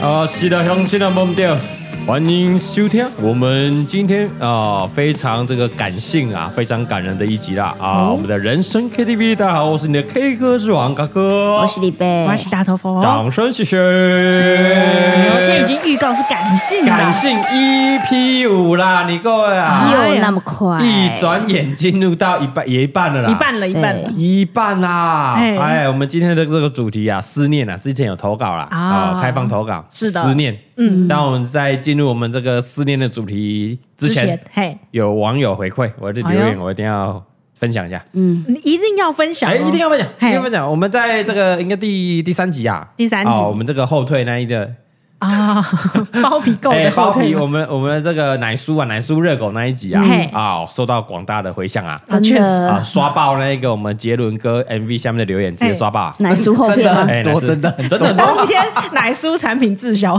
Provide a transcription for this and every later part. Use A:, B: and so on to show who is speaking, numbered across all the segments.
A: 啊，是的，雄心的梦调，啊欢迎收听我们今天啊非常这个感性啊，非常感人的一集啦
B: 哦
A: 啊，我们的人生 KTV，大家好，我是你的 K 歌之王嘎哥
C: 我，是李
A: 嗯
C: 贝，
B: 我是大头佛。哎
A: 掌声谢谢。
B: 这已经预告是感性的，
A: 感性 EP 五啦，你各位啊，
C: 又哎那么快，
A: 一转眼进入到一半也一半了哎啦，
B: 哎一半了，一半了。
A: 一半啦，
B: 哎
A: 哎，我们今天的这个主题啊，思念啊，之前有投稿啦，
B: 啊
A: 啊，开放投稿，
B: 是的
A: 思念，嗯，那我们在进入我们这个思念的主题之前，
B: 嘿，
A: 有网友回馈，我的留
B: 哎
A: 言
B: 呦
A: 我一定要分享一下，
B: 你一定要分享、哦，
A: 哎，一定要分享，一
B: 嘿
A: 定要分享，我们在这个应该第第三集啊，
B: 第三集
A: 哦我们这个后退那一个，
B: 啊！ 包皮够
A: 哎，
B: 的
A: 包
B: 后
A: 皮，
B: 腿
A: 我们我们的这个奶酥啊，奶酥热狗那一集啊
B: 嘿，
A: 啊，受到广大的回响啊，
B: 啊确实
C: 呃
A: 啊，刷爆那个我们杰伦哥 MV 下面的留言，直接刷爆。
C: 哎奶酥后片吗？
A: 哎，
D: 多
A: 真
D: 真
A: 的
D: 的
A: 很真的很多
B: 当天奶酥产品 滞销，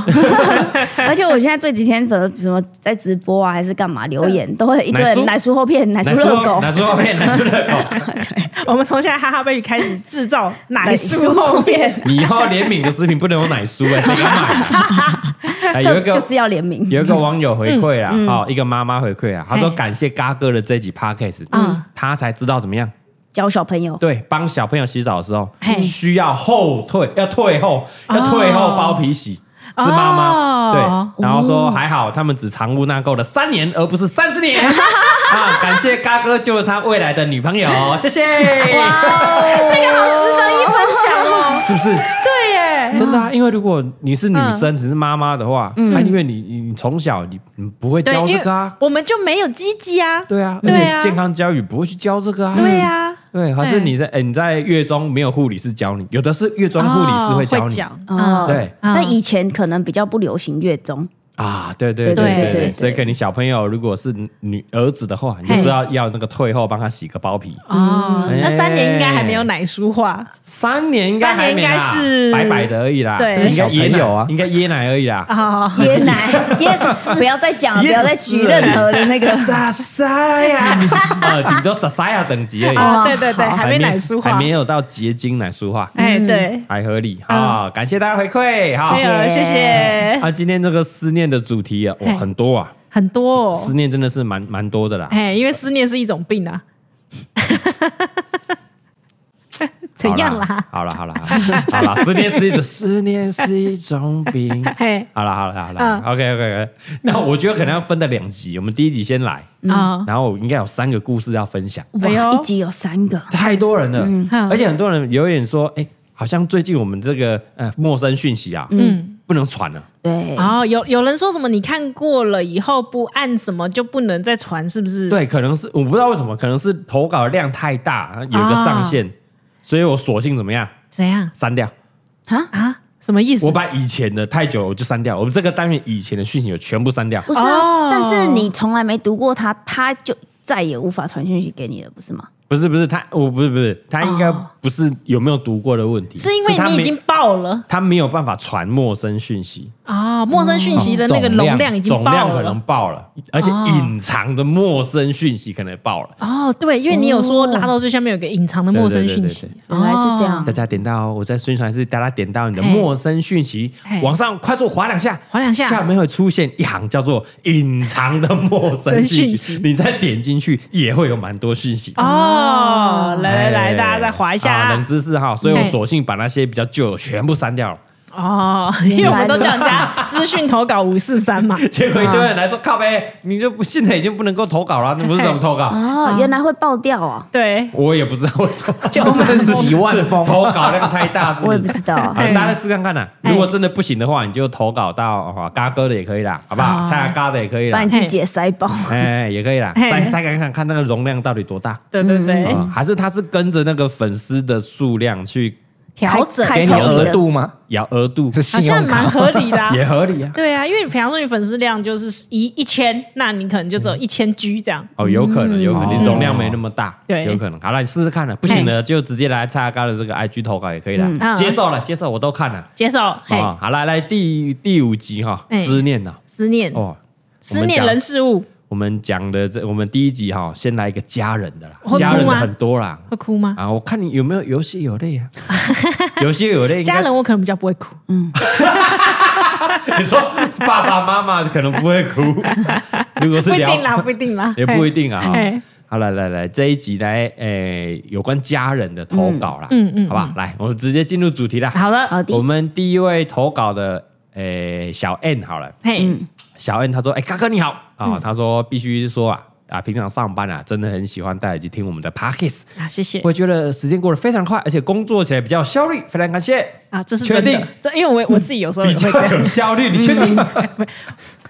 C: 而且我现在这几天，粉什么在直播啊，还是干嘛留言，都会一堆
A: 嗯奶酥
C: 人奶酥后片、奶酥热狗
A: 奶、酥后面，奶酥热 狗，
B: 我们从现在哈哈 baby 开始制造奶
C: 奶
B: 酥
C: 酥
B: 后
C: 后
B: 片，
C: 片，
A: 你以后联名的食品不能有奶酥哎，谁敢买啊？ 哎有一个
C: 就是嗯要联名。
A: 有一个网友回馈啊，哦，一个妈妈回馈啊，她
C: 哎
A: 说感谢嘎哥的这集 podcast，
B: 嗯
A: 她才知道怎么样
C: 教小朋友，
A: 对，帮小朋友洗澡的时候
B: 嘿
A: 需要后退，要退后，要退后包皮洗。是妈妈
B: 哦
A: 对，然后说还好他们只藏污纳垢了三年，而不是三十 年啊！感谢嘎哥救了他未来的女朋 友，谢谢，
B: 这个好哦值得一分享哦。
A: 是不是
B: 对耶，嗯
A: 真的啊？因为如果你是女生，只是妈妈的话，那因为你你你从小你你不会
B: 对，
A: 教
B: 因
A: 这
B: 为
A: 个啊，
B: 我们就没有鸡鸡啊。
A: 对啊，而
B: 对
A: 且
B: 啊
A: 健康教育不会去教这个啊，
B: 对呀，
A: 对，还
B: 嗯
A: 是你在哎你在月中没有护理师教你，有的是月中嗯护理师会教
B: 哦会
A: 你
B: 讲
C: 哦，
A: 对
C: 那以前可能比较不流行 月中，
A: 啊，对对
C: 对
A: 对对
B: 对
A: 对，
C: 对
A: 所以可能小朋友如果是女儿子的话，你就
B: 嘿
A: 不知道要那个退后帮他洗个包皮，
B: 哦，那三年应该还没有
A: 嗯哎
B: 奶酥化
A: 三年应该还
B: 三年
A: 没啦
B: 应该是
A: 白白的而已啦，
B: 对
A: 应该椰
D: 小朋
A: 奶
D: 友啊
A: 应该椰奶而已啦。
B: 啊。
C: 椰奶椰子 丝，不要再讲了，不要再举任何的那个。
A: 傻傻呀， 呃，顶多傻傻呀等级而已，
B: 啊，对对对，还没
A: 没
B: 奶酥化，
A: 哎还没嗯有到结晶奶酥化，
B: 哎，对，
A: 还合理啊！感谢大家回馈哈
B: 没。有，谢谢，
A: 啊，今天这个思念的主题啊，哇，
B: 嘿
A: 很多啊，
B: 很多
A: 思
B: 哦。
A: 念真的是蛮蛮多的啦。
B: 哎，因为思念是一种 病啊。怎样啦？
A: 好啦？好啦，好啦，好啦，思念是一种，思念是一种病。
B: 嘿，
A: 好啦，好啦，好啦、
B: 嗯
A: o k OK OK。那我觉得可能要分的两集，我们第一集先来，
B: 啊，
A: 然后我应该有三个故事要分享，
B: 哎呦
C: 哇，一集有三个，
A: 太多人了，
B: 嗯
A: 而且很多人有点说，哎、好像最近我们这个呃陌生讯息啊，嗯，不能传了。
C: 对，
B: 哦，有有人说什么？你看过了以后不按什么就不能再传，是不是？，
A: 对，可能是我不知道为什么，可能是投稿量太大，有一个上
B: 啊
A: 限，所以我索性怎么样
B: 怎样
A: 删掉。
B: 啊？什么意 思
A: 我？把以前的太久了我就删掉，我们这个单元以前的讯息我全部删掉。
C: 不是啊
B: 哦，
C: 但是你从来没读过它，它就再也无法传讯息给你了，不是吗？
A: 不是不是他，我不是不是他应该不是有没有读过的问题，
B: 哦是因为
A: 他
B: 你
A: 没
B: 已经爆了
A: 他没有办法传陌生讯息，
B: 啊，陌生讯息的那个容量已经
A: 总
B: 爆
A: 量可能
B: 了。
A: 爆了，而且
B: 哦
A: 隐藏的陌生讯息可能爆了。
B: 哦，对，因为你有说拉到最下面有个隐藏的陌生讯息
A: 哦对对，
C: 原来是这样
A: 大家点到我在宣传是大家点到你的
B: 嘿
A: 陌生讯息
B: 嘿，
A: 往上快速滑两下，
B: 滑两下
A: 下面会出现一行叫做隐藏的陌生 讯
B: 讯
A: 息
B: 息，
A: 你再点进去也会有蛮多讯息。
B: 哦。来来
A: 哎
B: 来，大家再划一下
A: 啊冷
B: 啊
A: 知识哈，所以我
B: 嘿
A: 索性把那些比较旧的全部删掉了。
B: 哦，因为我们都叫人家私讯投稿五四三嘛。
A: 结果一堆人来说靠呗，你就不现在已经不能够投稿了，那不是怎么投稿？
C: 哦，原来会爆掉哦，
B: 对，
A: 我也不知道为什么，
B: 就
A: 真是
D: 几万封
A: 投稿量太大，是
C: 我也
A: 是
C: 不知道
A: 好，大家试看看呐。
B: 哎
A: 如果真的不行的话，你就投稿到啊嘎哥的也可以啦，好不好？
B: 哦
A: 蔡阿嘎的也可以
C: 把
A: 啦
C: 你，自己也塞爆。
A: 哎，也可以啦，
B: 嘿
A: 筛筛看看看那个容量到底多大。
B: 对对对，
A: 啊还是他是跟着那个粉丝的数量去
B: 调整
C: 开
D: 给你
C: 开头
D: 额度吗？
A: 摇额度，
D: 是
B: 好
D: 信
B: 像
D: 用
B: 蛮
D: 卡
B: 合理 的啊。
A: 也合理啊。
B: 对啊，因为你比方说你粉丝量就是一一千，那你可能就只有一千 G 这样。
A: 哦，有可能，有可能
D: 哦
A: 你容量没那么大，
B: 嗯对
A: 有可能。好了，你试试看了，不行的就直接来蔡阿嘎的这个 IG 投稿也可以啦，
B: 嗯
A: 接受了，接受我都看了。
B: 接受，嘿，
A: 啊，好，来来第第五集哈，
B: 哎
A: 思念呐，
B: 思念，
A: 哦，我
B: 思
A: 们
B: 念
A: 讲
B: 人事物，
A: 我们讲的这，我们第一集哈，先来一个家人的啦
B: 会哭，吗
A: 家人的很多啦。
B: 会哭吗？
A: 啊，我看你有没有 有血有泪啊？有血有泪，应该
B: 家人我可能比较不会哭，
A: 你说爸爸妈妈可能不会 哭，如 果是
B: 不一
A: 聊
B: 定啦，不一定啦，
A: 也不一定啊。哈
B: 嘿
A: 好，来来来，这一集来，诶、有关家人的投稿啦，
B: 嗯嗯嗯
A: 好吧，来，我们直接进入主题啦。
B: 嘿好了，
C: 好的
A: 我，们第一位投稿的，诶、小 N 好了，
B: 嘿，
A: 小 N 他说，哎、哥哥你好啊、
B: 嗯
A: 他说必须说啊啊，平常上班啊，真的很喜欢戴耳机听我们的 Parkes，
B: 啊，谢谢
A: 我觉得时间过得非常快，而且工作起来比较有效 率，非常感谢。
B: 啊，这是
A: 确
B: 真
A: 定
B: 的，这因为我我自己有时候
A: 比 较
B: 也会这样，
A: 有效率，你确定？
B: 嗯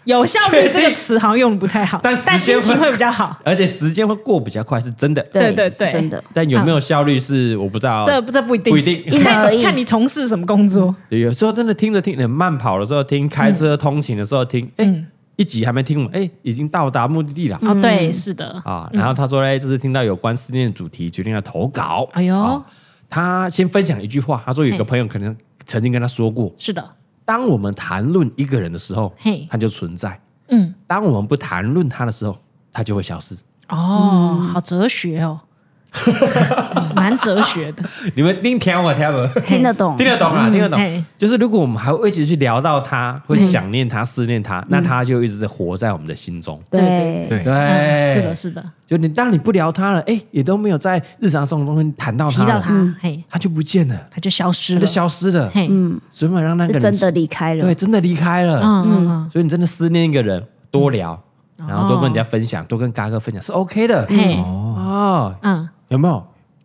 B: 有效
A: 确
B: 率
A: 定
B: 这个词好像用的不太好，
A: 但
B: 但
A: 时间
B: 心情
A: 会
B: 会比较好，
A: 而且时间会过比较快，是真的。
C: 对
B: 对对
C: 是真的，
A: 但有没有效率是我不知道，
B: 这这不一定，
A: 不一定
C: 因人而
B: 看
C: 异
B: 看你从事什么工作，
A: 对，有时候真的听着听着，慢跑的时候听，开车通勤的时候听，
B: 嗯
A: 哎、一集还没听完，哎、已经到达目的地了。
B: 哦，对，是的，
A: 啊，然后他说嘞，这次听到有关思念的主题，决定要投稿。
B: 哎呦
A: 啊他先分享一句话，他说有个
B: 嘿
A: 朋友可能曾经跟他说过，
B: 是的，
A: 当我们谈论一个人的时候
B: 嘿，
A: 他就存在；
B: 嗯，
A: 当我们不谈论他的时候，他就会消失。
B: 哦，好哲学哦， 嗯蛮哲学 的，
A: 你们听听我听我。
C: 听得懂，
A: 听得懂啊啦，听得懂
B: 嗯嘿。嗯
A: 就是如果我们还会一直去聊到他，会想念他、思念他，那他就一直在活在我们的心中。
C: 对，
A: 对，
B: 嗯
A: 哎
B: 是的，是的，
A: 就你当你不聊他了，哎，也都没有在日常生活中谈到
B: 提
A: 他了，
B: 到他，嘿，
A: 他就不见了，
B: 他就消失
A: 他
B: 了
A: 就，消失了。
B: 嘿，嗯
A: 所以我们让那个
C: 是
A: 人
C: 真的离开了
A: 对，真的离开了。
B: 嗯嗯，
A: 所以你真的思念一个人，多聊，然后多跟人家分享，多跟嘎哥分享是 OK 的。
B: 嘿，
A: 哦，
B: 嗯，
A: 有没有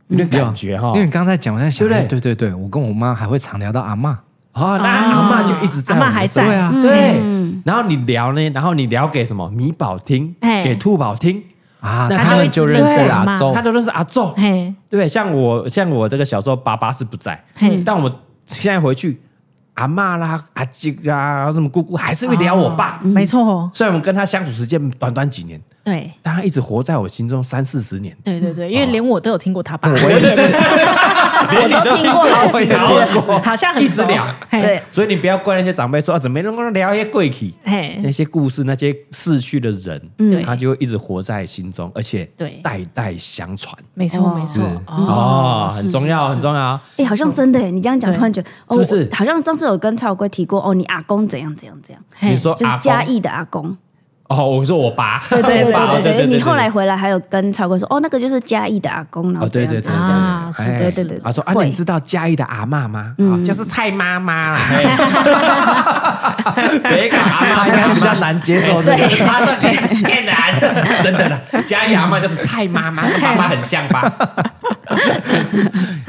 A: 有点感觉哈
D: 因？为你刚才讲，我在想，
A: 对不
D: 哎
A: 对
D: 对对对，我跟我妈还会常聊到阿妈，
A: 哦，那
B: 啊
A: 阿嬷就一直在，嗯
B: 阿嬷还在嗯
D: 对啊
A: 对。然后你聊呢，然后你聊给什么米宝听，
B: 哎
A: 给兔宝听，
D: 啊，
A: 那
D: 他
A: 他就一
D: 们
A: 直
D: 就认识
A: 对
D: 了阿
B: 嘛
D: 周
A: 他，都认识阿宙，
B: 嘿，
A: 对，像我像我这个小时候爸爸是不在
B: 嘿，
A: 但我现在回去，阿嬷啦、阿姐啦、什么姑姑还是会聊我爸
B: 哦，没错哦，
A: 虽然我跟他相处时间短短几年，
B: 对。
A: 但他一直活在我心中三四十年。
B: 对对对，因为连我都有听过他爸，
A: 哦 我也是，
C: 我都听过好几次了，
B: 好像很
A: 一直
B: 熟
A: 聊，
B: 嘿
C: 对，
A: 所以你不要怪那些长辈说啊，怎么能够聊一些贵气。
B: 嘿
A: 那，些故事，那些逝去的人，
B: 对
A: 他就会一直活在心中，而且
B: 对
A: 代代相传
B: 没错
C: 哇
B: 没错
D: 是，
A: 哦，
B: 是
A: 很重要，
B: 是
A: 很重要。啊
C: 哎，好像真的，你这样讲，
B: 对
C: 突然觉得，哦，
A: 是不是
C: 我好像上次有跟超哥提过，哦，你阿公怎样怎样怎样，
A: 你说
C: 就是
A: 阿公
C: 嘉义的阿公，
A: 哦，我说我爸，
C: 对对对
A: 我爸
C: 对
A: 哦对
C: 对对，你后来回来还有跟超哥说，哦，那个就是嘉义的阿公，然
A: 哦，
C: 后
A: 对
C: 怎
A: 对对
C: 样怎
A: 对
C: 样，
B: 啊
A: 对
B: 是
C: 对
A: 哎
C: 对对
A: 他说啊，
C: 会嗯
A: 你知道嘉义的阿嬷吗？啊，就是蔡妈 妈啦，嘿北港阿
D: 他
A: 嬷
D: 应该比较难接受这
A: 对
D: 个。，
A: 他说你是骗人，真的啦，嘉义阿嬷就是蔡妈妈，跟妈妈很像 吧？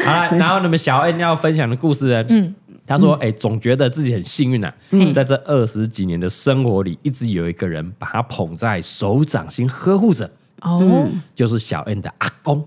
A: 好了，然后你们小恩要分享的故事呢？嗯。他说：“哎、总觉得自己很幸运啊，
C: 嗯
A: 在这二十几年的生活里，一直有一个人把他捧在手掌心呵护着，
B: 哦
A: 就是小恩的阿公。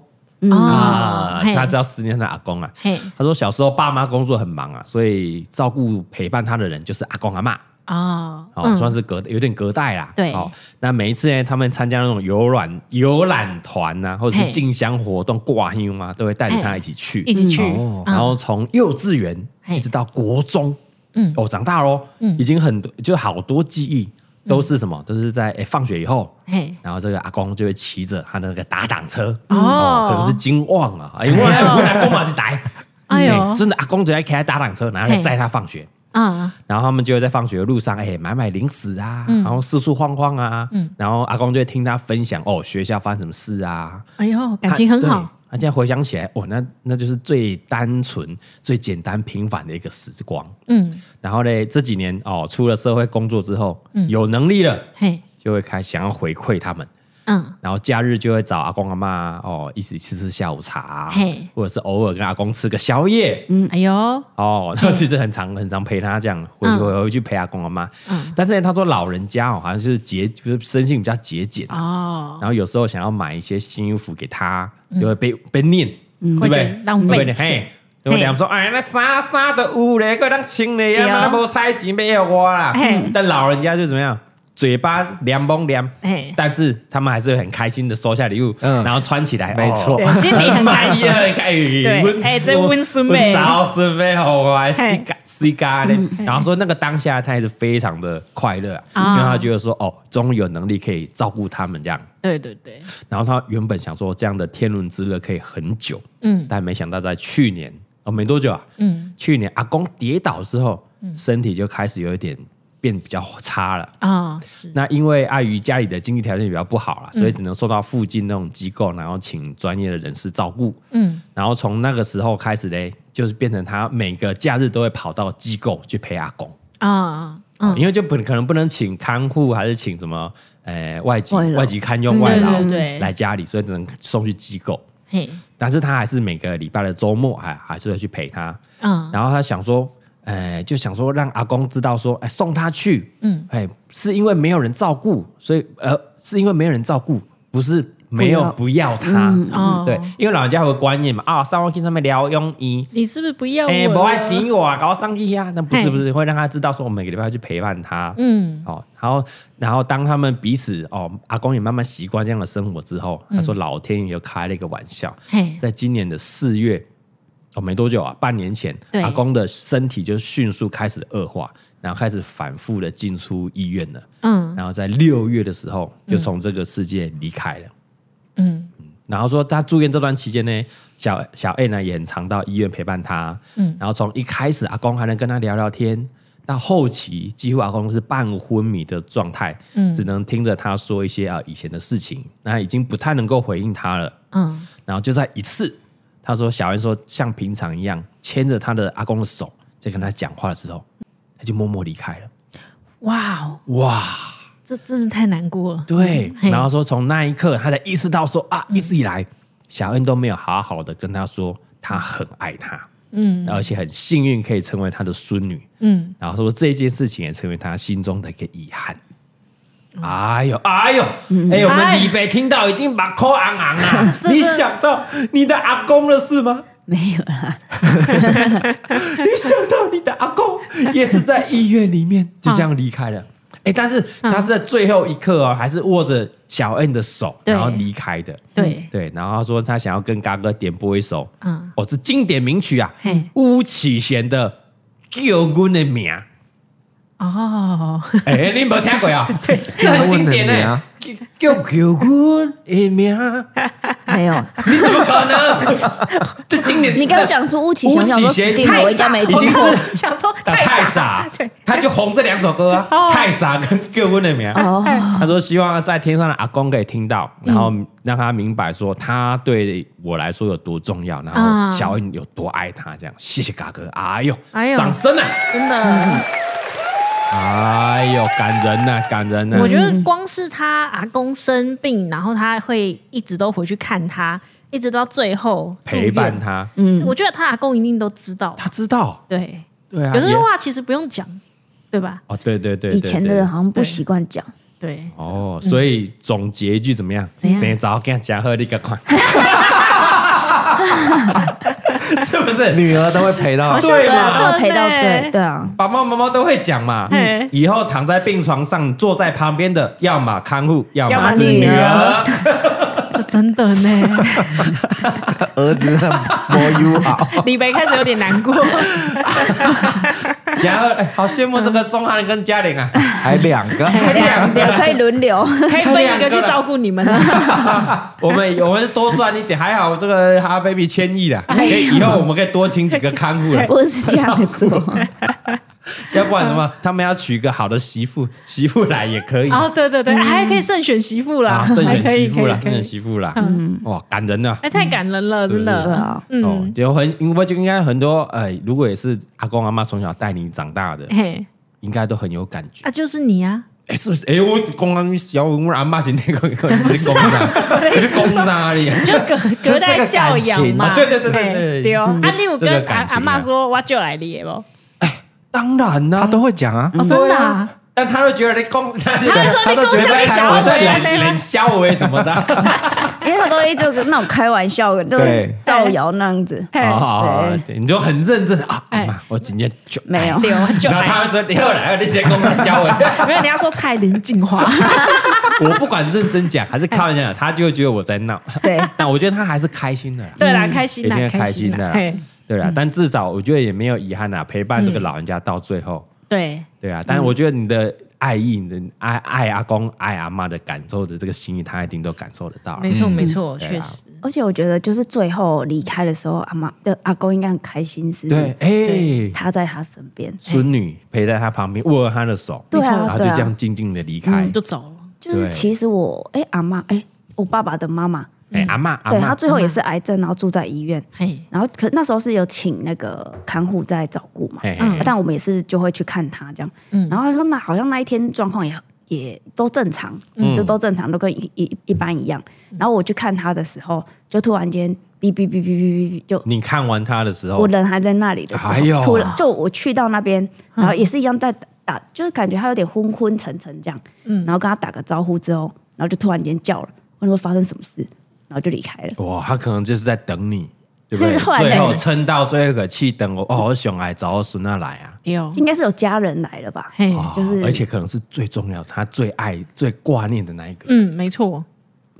B: 哦
A: 啊，，
B: 嘿
A: 他是要思念他的阿公啊。
B: 嘿
A: 他说小时候爸妈工作很忙啊，所以照顾陪伴他的人就是阿公阿妈。
B: 哦，
A: 哦，算是隔有点隔代啦。
B: 对
A: 哦，那每一次呢，他们参加那种游览游览团呐、啊，或者是
B: 嘿
A: 进香活动、挂香啊，都会带着他一起去，
B: 一起去嗯
A: 哦然后从幼稚园
B: 嘿
A: 一直到国中，嗯
B: 嗯，
A: 哦，长大喽，已经很多，就好多记忆都是什么，
B: 嗯
A: 都是在诶放学以后，
B: 嘿，
A: 然后这个阿公就会骑着他的那个打挡车，
B: 哦
A: 哦，可能是金旺啊，因为我阿公嘛是来，
B: 哎呦
A: 嗯真的阿公只要开打挡车，然后就载他放学，
B: 啊，
A: 然后他们就会在放学的路上，哎，买买零食啊，
B: 嗯
A: 然后四处晃晃啊，然后阿公就会听他分享哦，学校发生什么事啊，
B: 哎呦，感情很
A: 他。对
B: 好，
A: 他现在回想起来，哦，那那就是最单纯、最简单、平凡的一个时光。
B: 嗯，
A: 然后呢，这几年哦，出了社会工作之后，
B: 嗯
A: 有能力了，
B: 嘿，
A: 就会开想要回馈他们。
B: 嗯，
A: 然后假日就会找阿公阿妈哦，一起吃吃下午茶啊
B: 嘿，
A: 或者是偶尔跟阿公吃个宵夜、
B: 哎呦，
A: 哦。 他其实很常很常陪他这样回去、回回去陪阿公阿妈。但是呢，他说老人家哦，好像就是节就是生性比较节俭，
B: 哦，
A: 然后有时候想要买一些新衣服给他，就会被、被念，对
B: 嗯会
A: 不
B: 觉
A: 对
B: 得？浪费
A: 对不对
B: 钱
A: 嘿对不对？
B: 嘿
A: 我们说，哎，那啥啥的有嘞，个当穿嘞，
B: 对
A: 呀，那无菜钱没有我啦
B: 嘿。
A: 但老人家就怎么样，嘴巴凉崩凉
B: 嘿，
A: 但是他们还是会很开心的收下礼物，
D: 嗯
A: 然后穿起来，。
D: 没错
B: 对，心里很 开心
A: 哦哎对
B: 对哎这温孙妹
A: 早孙妹好啊，西
B: 嘿嗯
A: 嘎西嘎嘞。然后说那个当下，他也是非常的快乐啊，
B: 啊
A: 因为他觉得说，哦，终于有能力可以照顾他们这样。
B: 对对对，
A: 然后他原本想说这样的天伦之乐可以很久，
B: 嗯
A: 但没想到在去年哦没多久啊，
B: 嗯，
A: 去年阿公跌倒之后，身体就开始有一点变比较差了。
B: 啊，是嗯
A: 那因为碍于家里的经济条件比较不好了，所以只能受到附近那种机构，然后请专业的人士照顾。嗯，然后从那个时候开始嘞，就是变成他每个假日都会跑到机构去陪阿公，
B: 啊，
A: 因为就不可能不能请看护，还是请什么呃外籍
C: 外劳
A: 外籍看用外劳
B: 嗯对对对
A: 来家里，所以只能送去机构。
B: 嘿，
A: 但是他还是每个礼拜的周末还还是会去陪他。
B: 嗯
A: 然后他想说，哎、就想说让阿公知道说，哎、送他去，嗯，哎、是因为没有人照顾，所以呃，是因为没有人照顾，不是没有不要他，
B: 哦
A: 对，因为老人家有个观念嘛，啊，上网去上面聊用医。
B: 你是不是不要
A: 哎，
B: 我
A: 不
B: 了？
A: 爱顶我啊，搞上医啊，那不是
B: 嘿
A: 不是会让他知道说，我每个礼拜要去陪伴他，
B: 嗯，
A: 哦，然后然后当他们彼此哦，阿公也慢慢习惯这样的生活之后，他
B: 嗯
A: 说老天爷又开了一个玩笑，
B: 嘿，
A: 在今年的四月，哦，没多久啊，半年前，
B: 对
A: 阿公的身体就迅速开始恶化，然后开始反复的进出医院了。
B: 嗯
A: 然后在六月的时候，就从这个世界离开了。
B: 嗯
A: 然后说他住院这段期间呢，小小 A 呢也很常到医院陪伴他。嗯，然后从一开始阿公还能跟他聊聊天，到后期几乎阿公是半昏迷的状态，嗯，只能听着他说一些啊以前的事情，那已经不太能够回应他了。
B: 嗯，
A: 然后就在一次，他说小恩说像平常一样牵着他的阿公的手，在跟他讲话的时候，他就默默离开了。
B: 哇哦，
A: 哇，
B: 这真是太难过了。
A: 对，
B: 嘿
A: 然后说从那一刻，他才意识到说啊，一直以来小恩都没有好好的跟他说他很爱他，嗯，而且很幸运可以成为他的孙女，嗯，然后说这件事情也成为他心中的一个遗憾。哎呦，哎呦，哎呦，我们
B: 哎
A: 李北听到已经把口昂昂啊！
C: 这
A: 你
C: 这
A: 想到你的阿公了是吗？
C: 没有啦，
A: 你想到你的阿公也是在医院里面就这样离开了。哎、但是他是在最后一刻哦，还是握着小恩的手，
B: 对
A: 然后离开的。
B: 对
A: 对，然后他说他想要跟嘎哥点播一首，
B: 嗯
A: 嗯，哦，是经典名曲啊
B: 嘿，
A: 巫启贤的《叫阮的名》。
B: 哦，
A: 哎、你没听过啊？对，这很经典呢、
D: 叫阮
A: 叫叫
D: 的名
A: 阮的名，
C: 没有。
A: 你怎么可能？这经典，
C: 你刚刚讲出巫启贤，
A: 巫
C: 想
A: 启
C: 说
A: 贤
C: 死定了，我应该没听
A: 已经
C: 过
A: 是。
B: 想说
A: 他
B: 太
A: 啊太
B: 傻，
A: 傻，
B: 对，
A: 他就红这两首歌啊，太傻跟各温的名。
C: 哦，
A: 他说希望在天上的阿公可以听到，然后让他明白说他对我来说有多重要，然
B: 啊
A: 后小恩有多爱他。这样，谢谢嘎哥，哎呦，
B: 哎呦
A: 掌声啊，
B: 真的，
A: 哎呦，感人呐、感人啊呐、
B: 我觉得光是他阿公生病，然后他会一直都回去看他，一直到最后
A: 陪伴。他，
B: 嗯，我觉得他阿公一定都知道，
A: 他知道，
B: 对，
A: 对啊，
B: 有些
A: 也
B: 话其实不用讲，对吧？
A: 哦，对对对，对
C: 以前的
A: 对
C: 人好像不习惯讲，
B: 对，
A: 哦，所以总结一句怎么样？
C: 嗯
B: 怎样
A: 谁早跟讲喝你个款，是不是？
D: 女儿都会陪到
B: 好，像
A: 对
C: 对啊，
A: 嘛
C: 都有陪到
B: 对
C: 最，对啊，
A: 爸爸妈妈都会讲嘛
B: 嘿，
A: 以后躺在病床上坐在旁边的，要么看护，要
B: 要么
A: 么是女
C: 女
A: 儿
C: 儿。
B: 这真的 呢。
D: 儿子很摸 U 啊好，
B: 李白开始有点难 过，
A: 嘉禾，哎好羡慕这个钟汉跟嘉 玲啊！
D: 还两个，
C: 两个可以轮流，
B: 可以分一个去照顾你们了。啊
A: 我们我们多赚一点，还好这个哈 baby 千亿啦，
B: 哎
A: 可以以后我们可以多请几个看护 了，
C: 不是这样说。
A: 要不然什么？他们要娶一个好的媳妇，媳妇来也可以。
B: 哦，对对对，还可以慎选媳妇啦，
A: 啊，慎
B: 还
A: 选
B: 可
A: 媳
B: 以可
A: 妇啦
B: 以，
A: 慎
B: 可
A: 选
B: 以。
A: 媳妇啦，哇，感人呐！
B: 哎，太感人了，真
A: 是
C: 对
B: 的。嗯
C: 啊，
A: 哦，就很，因为就应该很多，呃，如果也是阿公阿妈从小带你长大的，
B: 嘿，
A: 应该都很有感觉。
B: 啊，就是你啊，
A: 哎，是不是？哎，我公安小我阿妈是那个，你公司啊，你是公司哪里？
B: 就 隔隔代教养嘛。
A: 啊对对对对
B: 嘿
A: 对
B: 对哦。
A: 嗯
B: 啊，你有
A: 这个
B: 跟阿
A: 感情啊
B: 阿妈说，我就来你不？
A: 当然啦
D: 他都会讲啊，
B: 哦，真的啊，
A: 但他会觉得你公，他就
B: 他就说你公
A: 觉得
B: 家的
A: 开
B: 小
A: 玩笑，
B: 孩
A: 冷笑我什么的。
C: 因为他都会就那种开玩笑，就
D: 对
C: 造谣那样子。
B: 嘿
A: 好好好，哦对你就很认真啊，阿妈，我今天就
C: 没有
A: 哎
B: 对，我就
A: 然后他
B: 来。
A: 会说：“你又来了，那些公司笑我。”
B: 没有，你要说蔡林进化，
A: 嗯我不管认真讲还是开玩笑讲，他就会觉得我在闹。
C: 对，
A: 但我觉得他还是开心的啦，
B: 对啦，开心
A: 一定
B: 啦，
A: 要开
B: 心
A: 心的
B: 啦。
A: 啦
B: 嘿，
A: 对啦。但至少我觉得也没有遗憾啦，陪伴这个老人家到最后，
B: 对，
A: 对啊。但我觉得你的爱意、你的爱爱阿公、爱阿妈的感受的这个心意，他一定都感受得到啦。
B: 没错没错，
A: 对啊
B: 确实。
C: 而且我觉得就是最后离开的时候，阿妈的阿公应该很开心，是
A: 对哎
C: 他在他身边，
A: 孙女陪在他旁边，握着他的手，
C: 对
A: 然后
C: 啊，
A: 就
C: 对
A: 这样
C: 啊，
A: 静静的离开。
B: 就走了。
C: 就是
A: 对
C: 其实我哎阿妈哎我爸爸的妈妈，
A: 哎，阿妈阿
C: 对他
A: 妈，
C: 最后也是癌症，然后住在医院，
B: 嘿，
C: 然后可那时候是有请那个看护在照顾嘛，
A: 哎
C: 啊但我们也是就会去看他这样。然后他说那好像那一天状况也也都正常，就都正常，都跟一一一般一样。然后我去看他的时候，就突然间哔哔哔哔哔哔，就
A: 你看完他的时候
C: 我，人还在那里的时
A: 哦
C: 候，
A: 哎呦
C: 突然就我去到那边，然后也是一样在打，打就是感觉他有点昏昏沉沉这样，然后跟他打个招呼之后，然后就突然间叫了，我说发生什么事，然后就离开了。
A: 哇，他可能就是在等你，对不
C: 就
A: 对？
C: 是后来
A: 最后
C: 等你
A: 撑到最后一口气，等我哦，我想来找我孙娜来啊。
B: 有
C: 应该是有家人来了吧？
B: 嘿，
A: 哦
C: 就是
A: 而且可能是最重要，他最爱、最挂念的那一个。
B: 嗯，没错，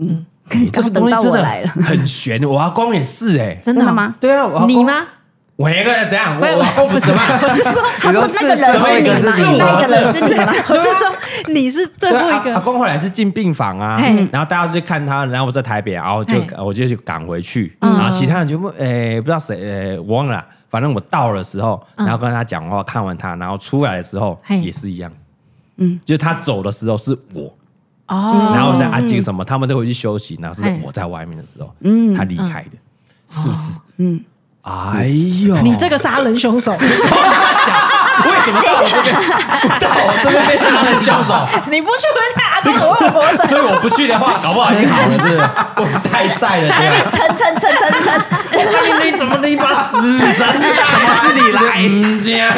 C: 嗯
A: 你这个东西真
C: 等到我
A: 的
C: 来了
A: 很悬，我阿公也是哎、
B: 真
C: 真的
B: 哦
C: 吗？
A: 对啊，我阿公
B: 你？吗？
A: 我一个怎样？我
B: 喂
A: 我阿公不是吗？
C: 他说那个
A: 最后一
C: 人
A: 个
C: 是
A: 是
C: 你
A: 我
C: 吗？那一个人是你吗？
B: 我是说你是最
A: 对
B: 后一
A: 啊，阿
B: 个，
A: 公后来是进病房啊
B: 嘿，
A: 然后大家都去看他，然后我在台北，然后就
B: 嘿
A: 我就去赶回去，然后其他人就问，诶，不知道谁，诶，我忘了啦，反正我到的时候，然后跟他讲话，看完他，然后出来的时候
B: 嘿
A: 也是一样，嗯，就是他走的时候是我，
B: 哦
A: 然后我在安静什么，他们都回去休息，然后是
B: 嘿
A: 我在外面的时候，嗯，他离开的，是不是？嗯，哎呦，
B: 你这个杀人凶手，
A: 为什么到我这边，到 我这边被杀人凶手？
B: 你不去问他，跟我会活着。
A: 所以我不去的话，搞不好已经好了，是不是？我太晒了，对吧？
C: 撑撑撑撑 撑，
A: 你你怎么你把死神怎么是你来？嗯，这样，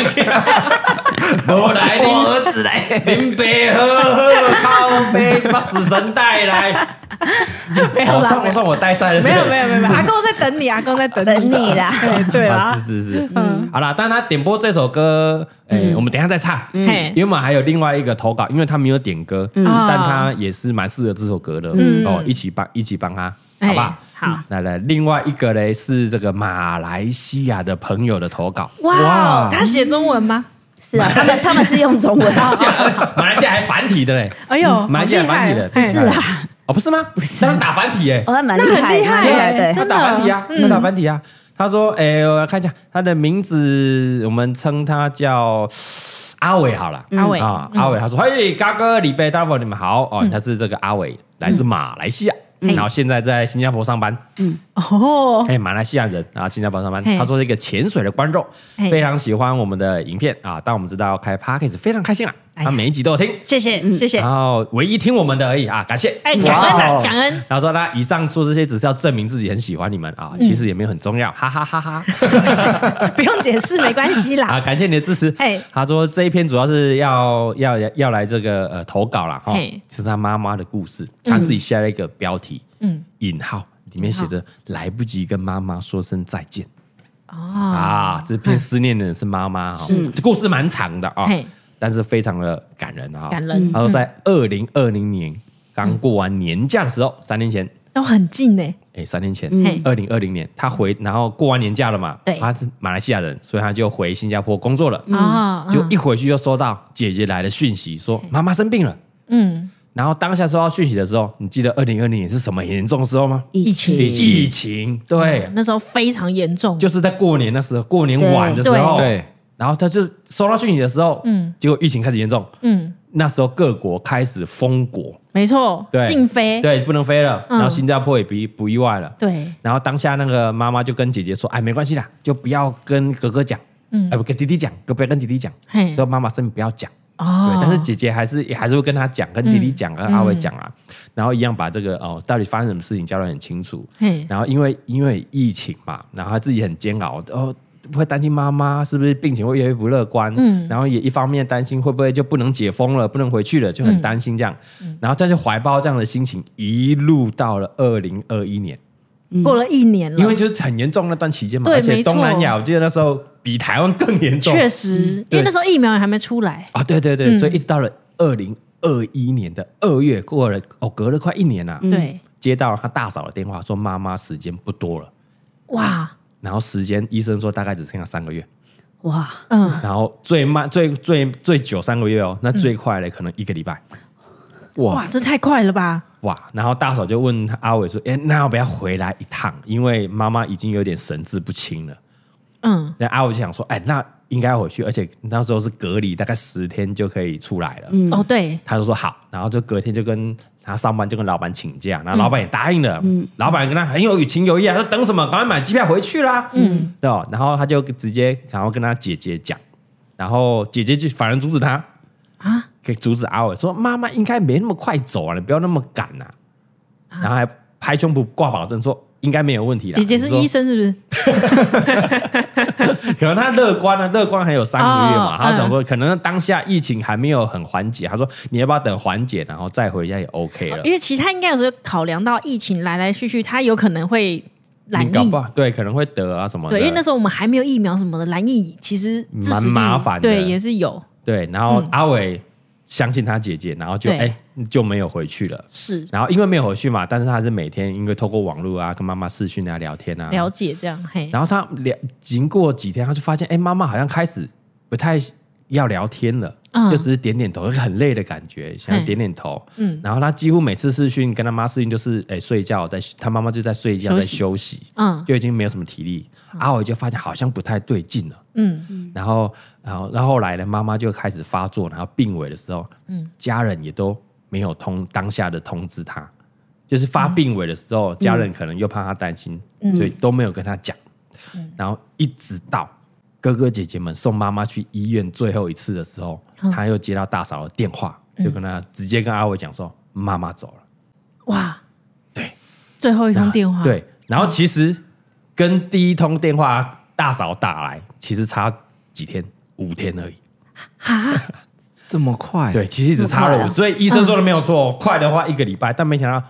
A: 我来，
D: 我
A: 你
D: 儿子嘞，
A: 林北喝喝咖啡，你把死神带来。 哦，算我算我带晒了，
B: 没有没有没有，没有阿公在等你，阿公在 等
C: 等你啦。
B: 对对 嗯
A: 啊，
B: 啦，
A: 是是是，好啦，但他点播这首歌，哎，我们等一下再唱。
B: 嗯嘿嗯啊
A: 原本还有另外一个投稿，因为他没有点歌，但他也是蛮适合这首歌的哦，一起帮一起帮他，好不好
B: 哎？嗯好，
A: 来来，另外一个嘞是这个马来西亚的朋友的投稿，
B: 哇
D: 哇，
B: 他写中文吗？
C: 是啊，他们他们 是啊用中文，
A: 马来西亚还繁体的嘞，
B: 哎呦，
A: 马来西亚繁体的，
B: 哦好厉害
C: 是
B: 嘿
C: 啊，
A: 哦，不是吗？不是，他们打繁体耶，
C: 哦，那蛮厉害，
B: 那很厉害
C: 蛮厉害
B: 耶
C: 对
A: 他
B: 真的嗯
A: 打繁体啊，他打繁体啊。他说：“哎、我来看一下他的名字，我们称他叫阿伟好了。
B: 阿伟
A: 啊，阿伟他说：‘嘿，嘎哥、李贝、大伙你们好哦，
B: 嗯
A: 他是这个阿伟，来自马来西亚，然后现在在新加坡上班。
B: 哦，
A: 哎，马来西亚人啊，新加坡上班。
B: 嘿
A: 他说是一个潜水的观众，
B: 嘿
A: 非常喜欢我们的影片啊。但我们知道要开 p a c k a g e 非常开心啊，
B: 哎
A: 他
B: 呀
A: 每一集都有听，
B: 谢谢谢谢
A: 然，后唯一听我们的而已啊，感谢。
B: 哎，感恩
D: 哇
B: 啊
D: 哦
B: 感恩，
A: 然后说他以上说这些只是要证明自己很喜欢你们啊，
B: 嗯
A: 其实也没有很重要，哈哈哈哈。
B: 不用解释，没关系啦。
A: 啊，感谢你的支持
B: 嘿。
A: 他说这一篇主要是要要要来这个呃投稿啦，哈
B: 嘿，
A: 是他妈妈的故事，他自己下了一个标题，嗯，引号里面写着来不及跟妈妈说声再见
B: 哦，
A: 啊，这篇思念的人是妈妈哈，这故事蛮长的啊
B: 嘿，
A: 但是非常的感人啊。
B: 感人嗯
A: 他说在二零二零年刚过完年假的时候，三年前。
B: 都很近呢。
A: 哎，三年前
B: 嗯，
A: 二零二零年，他回，然后过完年假了嘛，
B: 对
A: 他是马来西亚人，所以他就回新加坡工作了。
B: 哦，
A: 就一回去就收到姐姐来的讯息，说妈妈生病了。
B: 嗯，
A: 然后当下收到讯息的时候，你记得二零二零年是什么严重的时候吗？
C: 疫
B: 情
A: 疫情，对，
B: 那时候非常严重，
A: 就是在过年的时候，过年晚的时候，
B: 对
D: 对，
A: 然后他就收到讯息的时候，嗯，结果疫情开始严重，
B: 嗯，
A: 那时候各国开始封国，
B: 没错
A: 对，
B: 禁飞，
A: 对，不能飞了，
B: 嗯
A: 然后新加坡也不意不意外了，
B: 对，
A: 然后当下那个妈妈就跟姐姐说：“哎，没关系啦，就不要跟哥哥讲，嗯，哎，不跟弟弟讲，不要跟弟弟讲，
B: 嘿
A: 说妈妈生病不要讲。”
B: 哦嗯
A: 对，，但是姐姐还是也还是会跟他讲，跟弟弟讲，跟阿伟讲啊，然后一样把这个哦到底发生什么事情交代很清楚。
B: 嘿，
A: 然后因为因为疫情嘛，然后他自己很煎熬，哦会担心妈妈是不是病情会越来越不乐观，嗯，然后也一方面担心会不会就不能解封了，不能回去了，就很担心这样。
B: 嗯
A: 然后但是怀抱这样的心情，一路到了二零二一年，
B: 过了一年了，
A: 嗯因为就是很严重那段期间嘛，
B: 嗯对
A: 而且
B: 没错
A: 东南亚我记得那时候比台湾更严重，
B: 确实，因
A: 嗯对
B: 为那时候疫苗也还没出来，
A: 啊，对对对，所以一直到了二零二一年的二月，过了哦，隔了快一年啊，
B: 对，
A: 接到了他大嫂的电话，说妈妈时间不多了，
B: 哇，
A: 然后时间医生说大概只剩下三个月，
C: 哇，
B: 嗯，
A: 然后最慢最最最久三个月哦，那最快的可能一个礼拜。哇
B: 哇，这太快了吧！
A: 哇！然后大嫂就问阿伟说：“哎、那要不要回来一趟？因为妈妈已经有点神志不清了。”
B: 嗯，
A: 那阿伟就想说：“哎、那应该回去，而且那时候是隔离，大概十天就可以出来了。”
B: 哦对，
A: 他就说好，然后就隔天就跟他上班就跟老板请假，
B: 嗯
A: 然后老板也答应了，老板跟他很有情有义啊，说等什么，赶快买机票回去啦，嗯，对哦，然后他就直接然后跟他姐姐讲，然后姐姐就反而阻止他
B: 啊，
A: 可以阻止阿伟说妈妈应该没那么快走啊，你不要那么赶啊，然后还拍胸脯挂保证说。应该没有问题啦。
B: 姐姐是医
A: 啊你
B: 生是不是？
A: 说可能他乐观啊，乐观还有三个月嘛。
B: 哦
A: 他想说，可能当下疫情还没有很缓解，他说你要不要等缓解，然后再回家也 OK 了。
B: 因为其实他应该有时候考量到疫情来来去去，他有可能会懒
A: 你搞不
B: 疫。
A: 好对可能会得啊什么的。
B: 对，因为那时候我们还没有疫苗什么的，懒疫其实致死
A: 蛮
B: 率
A: 麻烦的
B: 对，也是有
A: 对，然后阿伟相信他姐姐，然后就
B: 嗯对
A: 哎、就没有回去了。
B: 是
A: 然后因为没有回去嘛，但是他还是每天因为透过网络啊跟妈妈视讯啊聊天啊。
B: 了解这样，嘿，
A: 然后他聊，经过几天，他就发现哎妈妈好像开始不太要聊天了，
B: 嗯
A: 就只是点点头，很累的感觉，想要点点头。
B: 嗯
A: 然后他几乎每次视讯跟他妈视讯就是哎睡觉在，他妈妈就在睡觉
B: 休
A: 在
B: 息
A: 休息，
B: 嗯
A: 就已经没有什么体力。阿伟就发现好像不太对劲了。
B: 嗯，
A: 然后，然后，然后后来呢，妈妈就开始发作，然后病危的时候，嗯，家人也都没有通当下的通知他，就是发
B: 嗯
A: 病危的时候，家人可能又怕他担心，所以都没有跟他讲。
B: 嗯
A: 然后一直到哥哥姐姐们送妈妈去医院最后一次的时候，
B: 嗯
A: 他又接到大嫂的电话，就跟他直接跟阿伟讲说，妈妈走了。
B: 哇，
A: 对，
B: 最后一
A: 然
B: 通
A: 后
B: 电话，，嗯
A: 对，然后其实跟第一通电话大嫂打来，其实差几天，五天而已。
B: 哈，
D: 这么快？
A: 对，，其实只差了
B: 哎这么快
A: 五，
B: 啊嗯
A: 所以医生说的没有错哦，快的话一个礼拜，但没想到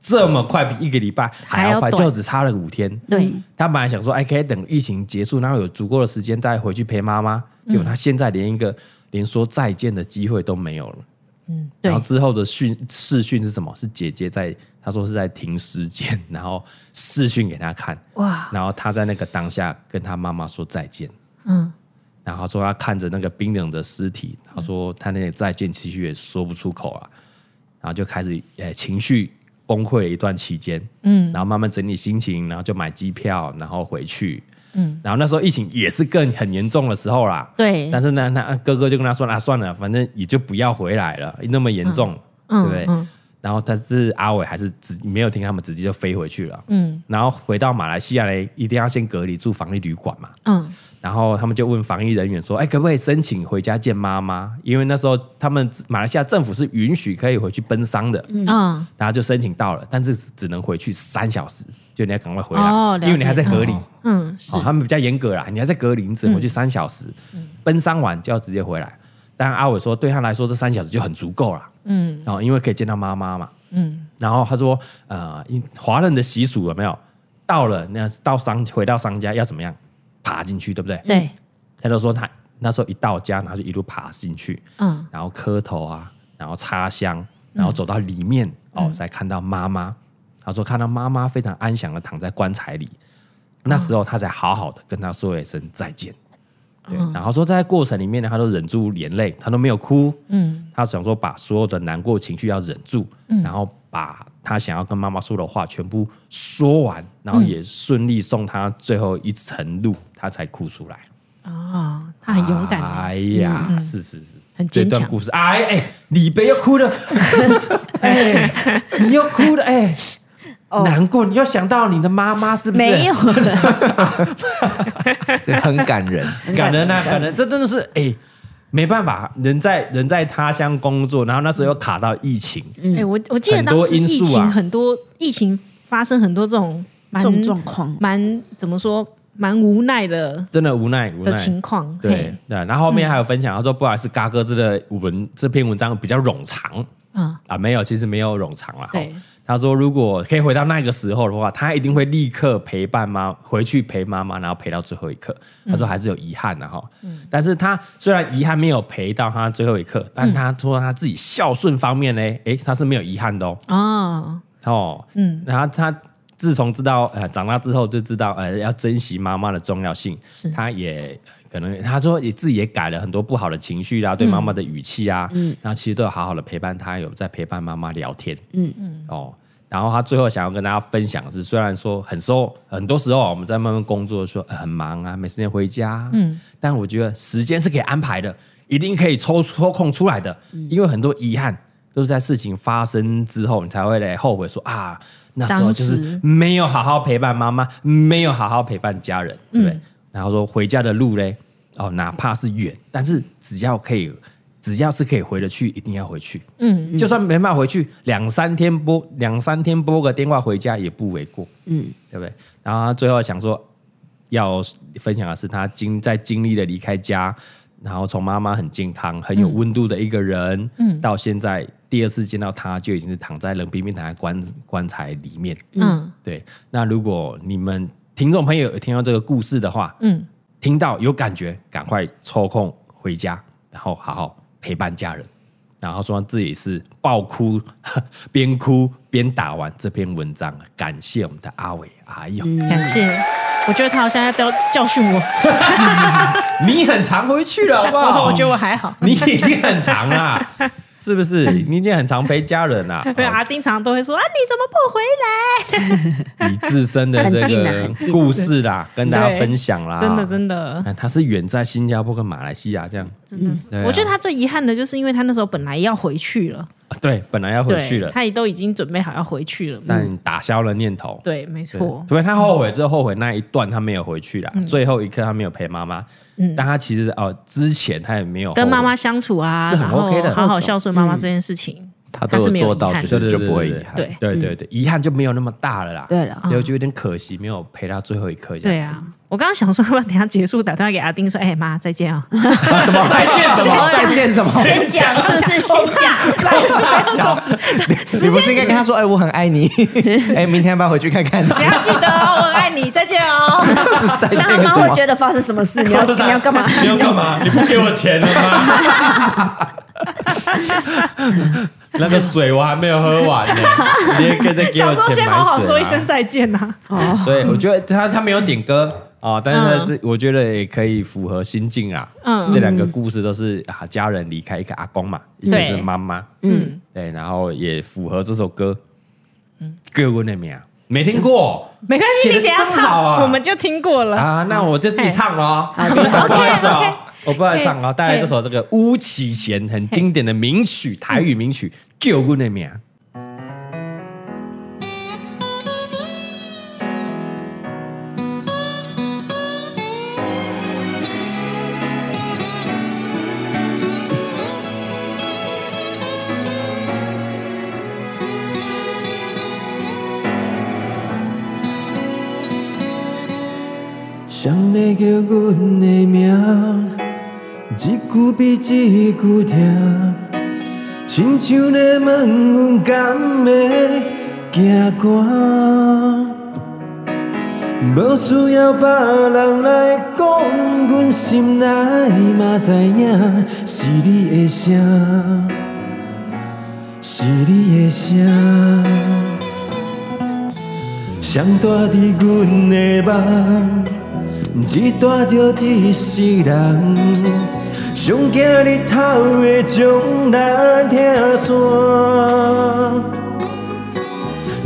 A: 这么快，比一个礼拜还要
B: 还
A: 快，
B: 要短
A: 就只差了五天。
B: 对，
A: 他本来想说，哎，可以等疫情结束，然后有足够的时间再回去陪妈妈，结果他现在连一个连说再见的机会都没有了。
B: 嗯，对
A: 然后，之后的讯视讯是什么？是姐姐在，她说是在停尸间，然后视讯给她看，
B: 哇，
A: 然后她在那个当下跟她妈妈说再见。
B: 嗯，
A: 然后他说他看着那个冰冷的尸体，他说他那个再见其实也说不出口啊，然后就开始呃情绪崩溃了一段期间，嗯，然后慢慢整理心情，然后就买机票，然后回去，嗯，然后那时候疫情也是更很严重的时候啦，
B: 对，
A: 但是呢，那哥哥就跟他说啊，算了，反正也就不要回来了，那么严重，
B: 嗯
A: 对不对？
B: 嗯
A: 然后但是阿伟还是直没有听他们，直接就飞回去了，
B: 嗯
A: 然后回到马来西亚嘞，一定要先隔离住防疫旅馆嘛，
B: 嗯，
A: 然后他们就问防疫人员说：“哎，可不可以申请回家见妈妈？因为那时候他们马来西亚政府是允许可以回去奔丧的，
B: 嗯，
A: 然后就申请到了，但是只能回去三小时，就你要赶快回来，
B: 哦了解
A: 因为你还在隔离。
B: 嗯，是
A: 哦，他们比较严格啦，你还在隔离，你只能回去三小时，奔丧完就要直接回来。但阿伟说，对他来说这三小时就很足够啦。嗯，然后因为可以见到妈妈嘛。嗯，然后他说，呃，因华人的习俗有没有？到了那到商回到商家要怎么样？爬进去，对不对？
B: 对，
A: 他就说他那时候一到家，然后就一路爬进去，
B: 嗯
A: 然后磕头啊，然后插香，然后走到里面、哦，才看到妈妈。他说看到妈妈非常安详的躺在棺材里，那时候他才好好的跟他说了一声再见。对，然后说在过程里面呢，他都忍住眼泪，他都没有哭。嗯，他想说把所有的难过情绪要忍住，然后把他想要跟妈妈说的话全部说完，然后也顺利送他最后一程路，他才哭出来。
C: 嗯
B: 哦，他很勇敢耶，
A: 哎呀，是是是，
B: 很坚
A: 这
B: 强
A: 段故事，哎哎，李贝又哭了， 哎，你又哭了，哎。难过，你又想到你的妈妈是不是？
C: 哦没有， 了，
D: 很感 人。
A: 感人啊，感人！这真的是哎，没办法，人在人在他乡工作，然后那时候又卡到疫情，
B: 哎、我我记得
A: 很
B: 当
A: 多
B: 时
A: 因
B: 疫
A: 素
B: 情
A: 啊
B: 很多疫情发生很多这种蛮
C: 这种状况
B: 蛮怎么说蛮无奈的
A: 真的无奈无
B: 的
A: 奈。
B: 情况。
A: 对
B: 嘿，嗯
A: 对，然后后面还有分享，他说不好意思，嘎哥这个文这篇文章比较冗长
B: 嗯，
A: 啊，没有，其实没有冗长啦。
B: 对，
A: 他说如果可以回到那个时候的话，他一定会立刻陪伴妈回去陪妈妈，然后陪到最后一刻。他说还是有遗憾的哈，但是他虽然遗憾没有陪到他最后一刻，但他说他自己孝顺方面呢，诶，他是没有遗憾的哦。
B: 哦，
A: 哦，嗯，然后他自从知道呃长大之后就知道呃要珍惜妈妈的重要性，他也呃可能他说也自己也改了很多不好的情绪啊，对妈妈的语气啊，然后其实都有好好的陪伴她，有在陪伴妈妈聊天，嗯嗯，哦。然后他最后想要跟大家分享的是，虽然说很时候很多时候我们在慢慢工作的时候，说、很忙啊，没时间回家、嗯，但我觉得时间是可以安排的，一定可以抽抽空出来的，因为很多遗憾都是在事情发生之后，你才会来后悔说啊，那时候就是
B: 当时
A: 没有好好陪伴妈妈，没有好好陪伴家人，对不对？然后说回家的路嘞，哦，哪怕是远，但是只要可以，只要是可以回得去，一定要回去。嗯，就算没办法回去，两三天拨两三天拨个电话回家也不为过。嗯，对不对？然后他最后想说，要分享的是他经在经历了离开家，然后从妈妈很健康、很有温度的一个人，嗯，到现在第二次见到他，就已经是躺在冷冰冰躺在棺棺材里面。
B: 嗯
A: 对，那如果你们听众朋友有听到这个故事的话，嗯，听到有感觉，赶快抽空回家，然后好好陪伴家人。然后说自己是爆哭， 边哭边打完这篇文章，感谢我们的阿伟阿勇。
B: 嗯感谢。我觉得他好像要教教训我，
A: 你很常回去了，好不好？
B: 我觉得我还好。
A: 你已经很常啦，是不是？你已经很常陪家人啊哦啦。
B: 对，阿丁常常都会说啊，你怎么不回来？
A: 你自身的 这
C: 很近啊
A: 个
C: 很近
A: 故事啦，跟大家
B: 对
A: 分享啦。
B: 真的，真的，
A: 那他是远在新加坡跟马来西亚这样，
B: 真的。
A: 对啊
B: 我觉得他最遗憾的就是，因为他那时候本来要回去了，
A: 啊对，本来要回去
B: 对
A: 了，
B: 他也都已经准备好要回去了。嗯
A: 但打消了念头。
B: 对，没
A: 对
B: 错，
A: 除非他后悔，之后后悔那一段他没有回去啦，
B: 嗯
A: 最后一刻他没有陪妈妈。但他其实哦，之前他也没有
B: 跟
A: 后悔
B: 妈妈相处啊，
A: 是很
B: 然后
A: OK 的
B: 好好孝顺妈妈这件事情，
D: 他
B: 他
D: 都
B: 是没有
D: 做到
B: 遗，憾
A: 对
D: 就
A: 对啊
D: 是就
A: 对
D: 不会遗
A: 对
D: 憾。
B: 对啊
A: 对对对，遗憾就没有那么大了啦。
C: 对了
A: 所以我就有点可惜，没有陪他最后一刻。这样
B: 对啊。我刚刚想说，要不然等一下结束打电话给阿丁说，哎妈，再 见啊。
D: 什么再见什么再见什么？
C: 先讲是不是？先讲，
D: 你不是应该跟他说，哎，我很爱你， 哎，明天要不要回去看看？
B: 你要记得哦，我爱你，再见哦。
D: 再见
C: 那
D: 什
C: 妈会
D: 么？
C: 觉得发生什么事？你要 你要干嘛？
A: 你要干 嘛？你不给我钱了吗？那个水我还没有喝完 呢，你也可以再给
B: 想
A: 我钱买水、啊。
B: 说先好好说一声再见啊呐。
A: 对，我觉得他他没有点歌啊、但是他这、我觉得也可以符合心境啊。
B: 嗯
A: 这两个故事都是啊，家人离开一个阿公嘛，一个
B: 对
A: 是妈妈，
B: 嗯，
A: 对，然后也符合这首歌。嗯，各位那名没听过
B: 没关系，
A: 写
B: 你
A: 得
B: 等一下
A: 这么好啊
B: 唱，我们就听过了。
A: 啊，那我就自己唱了哦。
C: 好
A: 不
C: 的，
A: 好意思哦
B: OK，OK，哎
A: 我不爱唱哦。
B: 嘿
A: 带来这首这个巫启贤很经典的名曲，
B: 嗯
A: 台语名曲《救我的命》。
E: 谁在叫阮的名？一句比一句痛，亲像在问阮敢会行寒。无需要别人来讲，阮心内嘛知影，是你的声，是你的声。谁住伫阮的梦，一住着一世人。上惊日头会将咱拆散。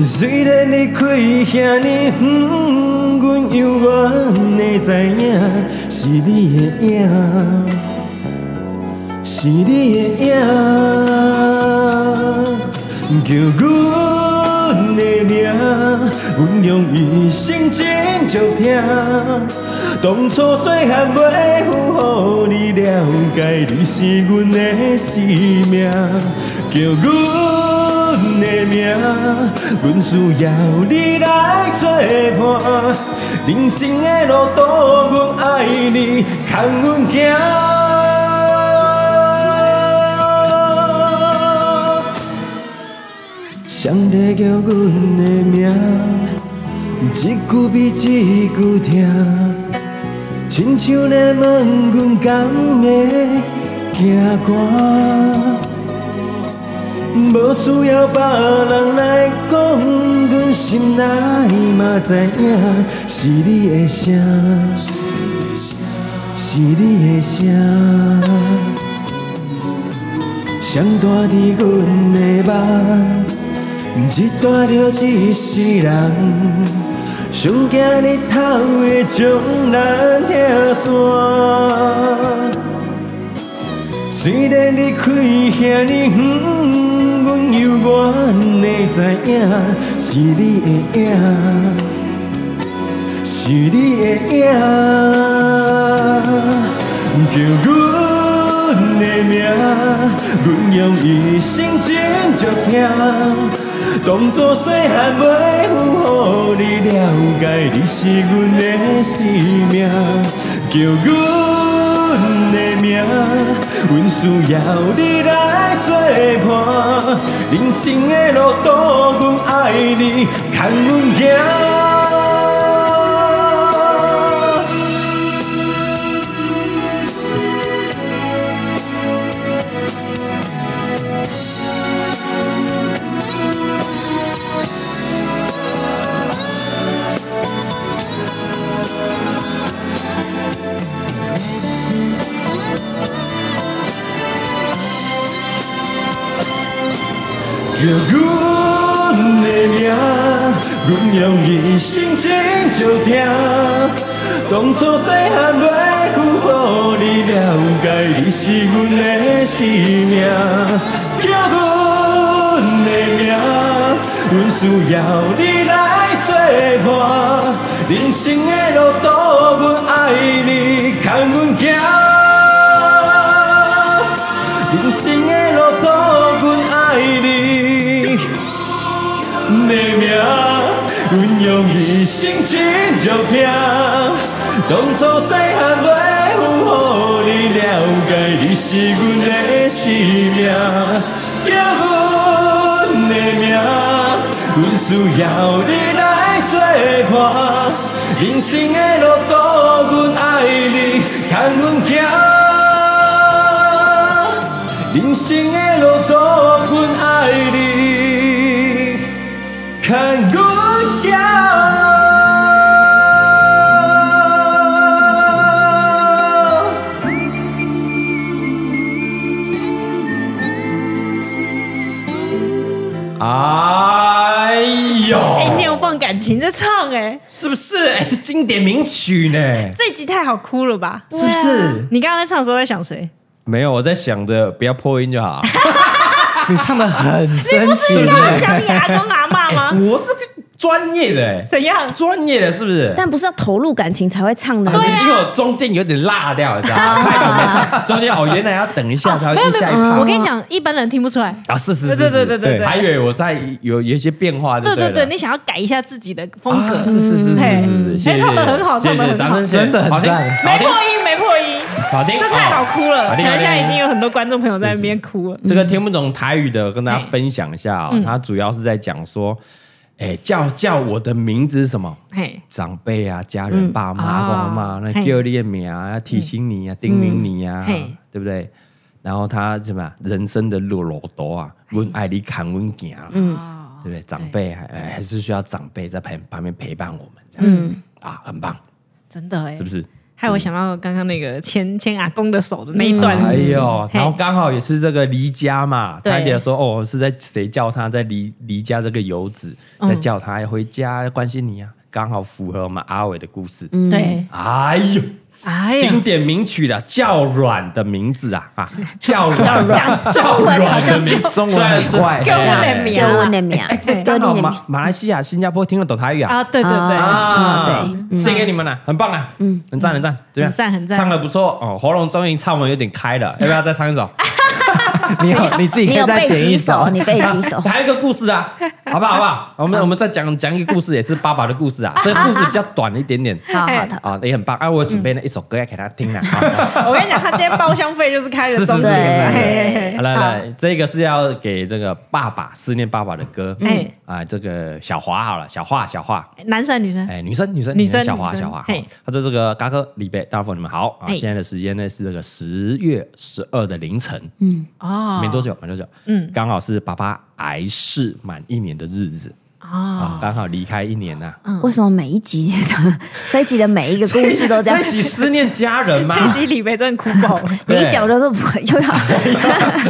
E: 虽然离开遐尼远，阮永远会知影，是你的影，是你的影。叫阮的名，阮用一生真足听。当初细汉袂赴，予你了解，你是阮的生命。叫阮的名，阮需要你来作伴。人生的路途，阮爱你，牵阮行。谁在叫阮的名？一句比一句痛，亲像在问阮敢会行寒。无需要别人来讲，阮心内嘛知影，是你的声，是是你的声，谁住伫阮的梦，一住着一世人，上惊日头会将咱拆散。虽然离开遐尼远，阮犹原会知影是你的影，是你的影，叫阮的名，阮用一生情足听，当作细汉袂有予你了解，你是阮的生命，叫阮的名。阮需要你来作伴，人生的路途，阮爱你，牵阮行。叫阮的名，阮用一生情照听。当初细汉袂久，予你了解，你是阮的生命。叫阮的名，阮需要你来作伴。人生的路途，阮爱你，牵阮行。人生的路途，阮爱你。你的名，阮用一生真照听。当初细汉袂有予你了解，你是阮的生命。叫阮的名，阮需要你来作伴。人生的路途，阮爱你，牵阮行。人生的路途，阮爱你，牵阮行。
A: 哎
B: 哎、
A: 呦，
B: 你有放感情在唱哎、
A: 是不是？哎，这经典名曲呢？
B: 这一集太好哭了吧？啊
D: 是不是？
B: 你刚刚在唱的时候在想谁？
A: 没有，我在想着不要破音就好。
D: 你唱的很深
B: 你
D: 情，
B: 刚刚想你阿公阿妈吗？
A: 我这个专业的，哎
B: 怎样？
A: 专业的，是不是？
C: 但不是要投入感情才会唱的，
A: 啊
B: 啊
A: 因为我中间有点落掉，你知道吗？太久没唱，中间哦，原来要等一
B: 啊
A: 下才会去下一趴。
B: 嗯我跟你讲，一般人听不出来。
A: 啊，是是是，
B: 对对
A: 是
B: 对对对
A: 还以为我在有有一些变化，
B: 对
A: 不
B: 对
A: 对
B: 对，
A: 了
B: 你想要改一下自己的风格，
A: 啊是是是是
B: 嘿
A: 是是，谢
B: 哎
A: 谢，
B: 唱得很好
A: 谢
B: 唱得
A: 谢，
B: 很
A: 掌
B: 好
A: 声谢谢，
D: 真的很
A: 好听
D: 赞
A: 好
B: 没
A: 听
B: 破音，没破音，
A: 好听，
B: 这太好哭了，
A: 好
B: 可
A: 听
B: 能现在已
A: 好
B: 经
A: 听
B: 有很多观众朋友在那边哭了。
A: 这个听不懂台语的，跟大
B: 嗯
A: 家分享一下哦，他主要是在讲说，哎，叫叫我的名字是什么？
B: 嘿，
A: 长辈啊，家人、爸妈、
B: 啊
A: 阿公阿妈，那
B: 嘿
A: 叫你的名啊，要提醒你啊，叮咛你啊
B: 嗯嘿，
A: 对不对？然后他怎么样人生的路路途啊，
B: 哎
A: 阮爱你看阮行啊，
B: 嗯哦
A: 对不对？长辈还哎还是需要长辈在旁旁边陪伴我们，这样
B: 嗯
A: 啊，很棒，
B: 真的哎，
A: 是不是？
B: 害我想到刚刚那个牵牵阿公的手的那一段，
A: 哎呦，
B: 嗯嘿
A: 然后刚好也是这个离家嘛，
B: 对
A: 他姐说哦是在谁叫他在离离家这个游子，
B: 嗯
A: 在叫他哎回家关心你啊，刚好符合我们阿伟的故事。
C: 嗯
B: 对，
A: 哎呦，
B: 嗯哎呀
A: 经，典名曲的叫软的名字啊啊，叫
B: 讲
A: 软叫
B: 讲中文好
A: 软的
B: 像就
A: 名，
D: 中文很怪
A: 虽然是
B: 叫我的名
C: 给我的名，
A: 哎
C: 给我
A: 刚好
C: 的名
A: 马，马来西亚、新加坡听得懂台语啊
B: 啊，。对对对，
A: 啊
B: 是是，
A: 献给你们了，很棒啊，嗯，很赞很赞，怎么样？
B: 很赞很赞
A: 唱的不错哦，喉咙终于唱完有点开 了，要不要再唱一首？？
D: 你有你自己
C: 你
D: 可以
C: 有
D: 再
C: 背
D: 点一
C: 几首，
D: 首，
C: 你背几首
A: 还有一个故事 啊，好不好？好不好？我们我们再讲讲一个故事，也是爸爸的故 事啊，这个故事比较短一点点
C: 好好的，
A: 啊，也很棒啊。我准备了一首歌要给他听啊。好
B: 我跟你讲，他今天包厢费就是开
A: 是
B: 的
A: 是
B: 中
A: 是是
B: 间，
C: 对
B: 嘿嘿嘿
A: 好来来，这个是要给这个爸爸思念爸爸的歌，嗯
B: 哎
A: 啊，这个小华好了，小华小华，
B: 男生还是女生？
A: 哎，女生女生
B: 嗯女生
A: 小华
B: 女生
A: 小华，
B: 嘿
A: 他说这个嘎哥李贝大伙你们好啊，
B: 哎
A: 现在的时间呢是这个十月十二的凌晨，
B: 哦嗯
A: 没多久没多久，嗯，刚好是爸爸癌逝满一年的日子，
B: 哦
A: 啊，刚好离开一年啊呐、
C: 为什么每一集 这一集的每一个故事都这样
A: 这？集思念家人嘛，
B: 这一集李梅真的哭 爆了，
C: 你一讲就是不又要
F: 啊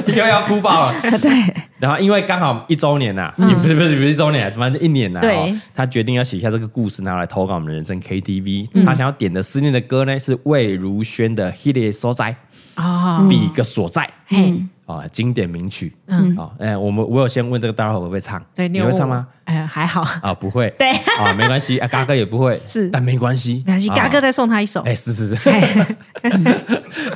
A: 又要哭爆了。
C: 对，
A: 然后因为刚好一周年呐、也不是不是不是一周年，反正一年呐、
B: 嗯对
A: 哦，他决定要写下这个故事，拿来投稿我们的人生 KTV。他
B: 嗯
A: 想要点的思念的歌呢是魏如萱的《h i t 所在》
B: 啊，
A: 比个所在
B: 嘿，
A: 啊、经典名曲。嗯，啊、哎，我们我有先问这个大家会不会唱，
B: 对，
A: 你
B: 有
A: 会
B: 问
A: 唱
B: 我
A: 吗？？
B: 哎，还好，
A: 啊，不会，
B: 对
A: 啊，没关系，啊，嘎哥也不会，
B: 是
A: 但没关系，
B: 没关系，
A: 啊
B: 嘎哥再送他一首
A: 哎、。是是是，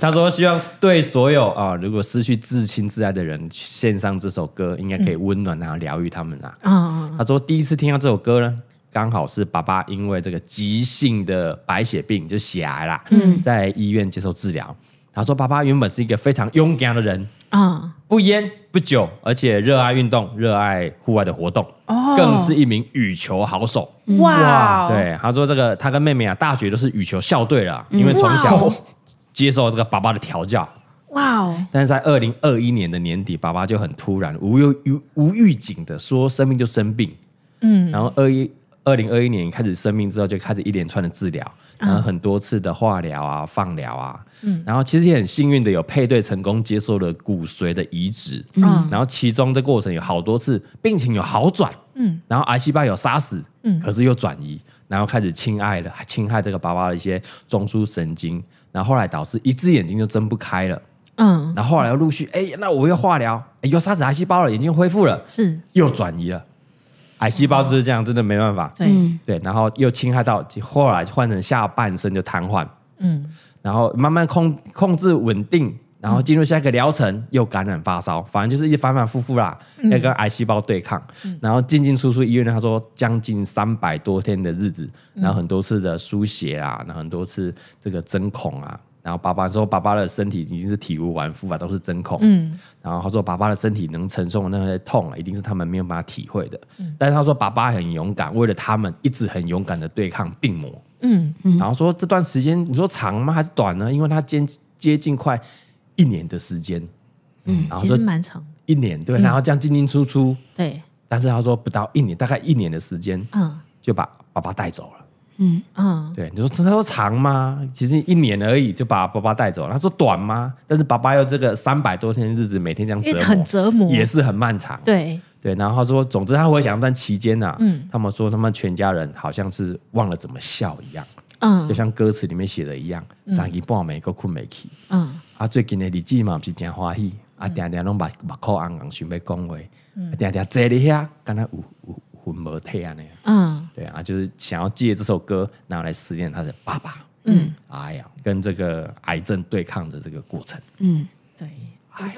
A: 他说希望对所有啊，如果失去至亲至爱的人，献上这首歌，应该可以温暖啊，疗愈他们啊。
B: 嗯，
A: 他说第一次听到这首歌呢，刚好是爸爸因为这个急性的白血病，就血癌啦，
B: 嗯
A: 在医院接受治疗。他说爸爸原本是一个非常勇敢的人，
B: 嗯，
A: 不烟不酒，而且热爱运动，热爱户外的活动，
B: 哦
A: 更是一名羽球好手。
B: 哇，，
A: 对，他说这个他跟妹妹啊，大学都是羽球校队了，因为从
B: 哇
A: 小
B: 哦
A: 接受这个爸爸的调教。
B: 哇哦，
A: 但是在二零二一年的年底，爸爸就很突然无忧无无预警的说生病就生病，嗯，然后二一二零二一年开始生病之后，就开始一连串的治疗，然后很多次的化疗啊、放疗啊，嗯，然后其实也很幸运的有配对成功接受了骨髓的移植，嗯，然后其中这过程有好多次病情有好转，嗯，然后癌细胞有杀死，嗯，可是又转移，然后开始侵害了侵害这个爸爸的一些中枢神经，然后后来导致一只眼睛就睁不开了。
B: 嗯，
A: 然后后来又陆续，哎、那我又化疗，哎又杀死癌细胞了，眼睛恢复了，
B: 是，
A: 又转移了。癌细胞就是这样，真的没办法。
B: 对，
A: 对，然后又侵害到，后来换成下半身就瘫痪。嗯，然后慢慢控控制稳定，然后进入下一个疗程，又感染发烧，反正就是一直反反复复啦，要跟癌细胞对抗，然后进进出出医院。他说将近三百多天的日子，然后很多次的输血啊，然后很多次这个针孔啊。然后爸爸说，爸爸的身体已经是体无完肤啊，都是针孔。嗯，然后他说，爸爸的身体能承受的那些痛啊，一定是他们没有办法体会的。但是他说，爸爸很勇敢，为了他们一直很勇敢的对抗病魔。
B: 嗯，
A: 然后说这段时间，你说长吗还是短呢？因为他接接近快一年的时间，嗯，然后
B: 其
A: 说
B: 实蛮嗯长的，
A: 一年对，然后这样进进出出，
B: 对，
A: 但是他说不到一年，大概一年的时间
B: 嗯
A: 就把爸爸带走了。
B: 嗯，
A: 对，你说他说长吗？其实一年而已就把爸爸带走了。他说短吗？但是爸爸又这个三百多天的日子，每天这样折
B: 因为
A: 磨，
B: 很折磨，
A: 也是很漫长。
B: 对，嗯
A: 对，然后他说，总之他回想那段期间呐、他们说他们全家人好像是忘了怎么笑一样，
B: 嗯
A: 就像歌词里面写的一样，三更半暝个困未去。
B: 嗯
A: 啊，最近的日子嘛，不是真欢喜，啊，定定拢目目眶红红，想要讲话，
B: 嗯
A: 啊，定定坐伫遐，敢若有有有魂无体安尼。
B: 嗯，
A: 对啊，就是想要借这首歌，然后来思念他的爸爸。嗯，哎呀，跟这个癌症对抗的这个过程，
B: 对，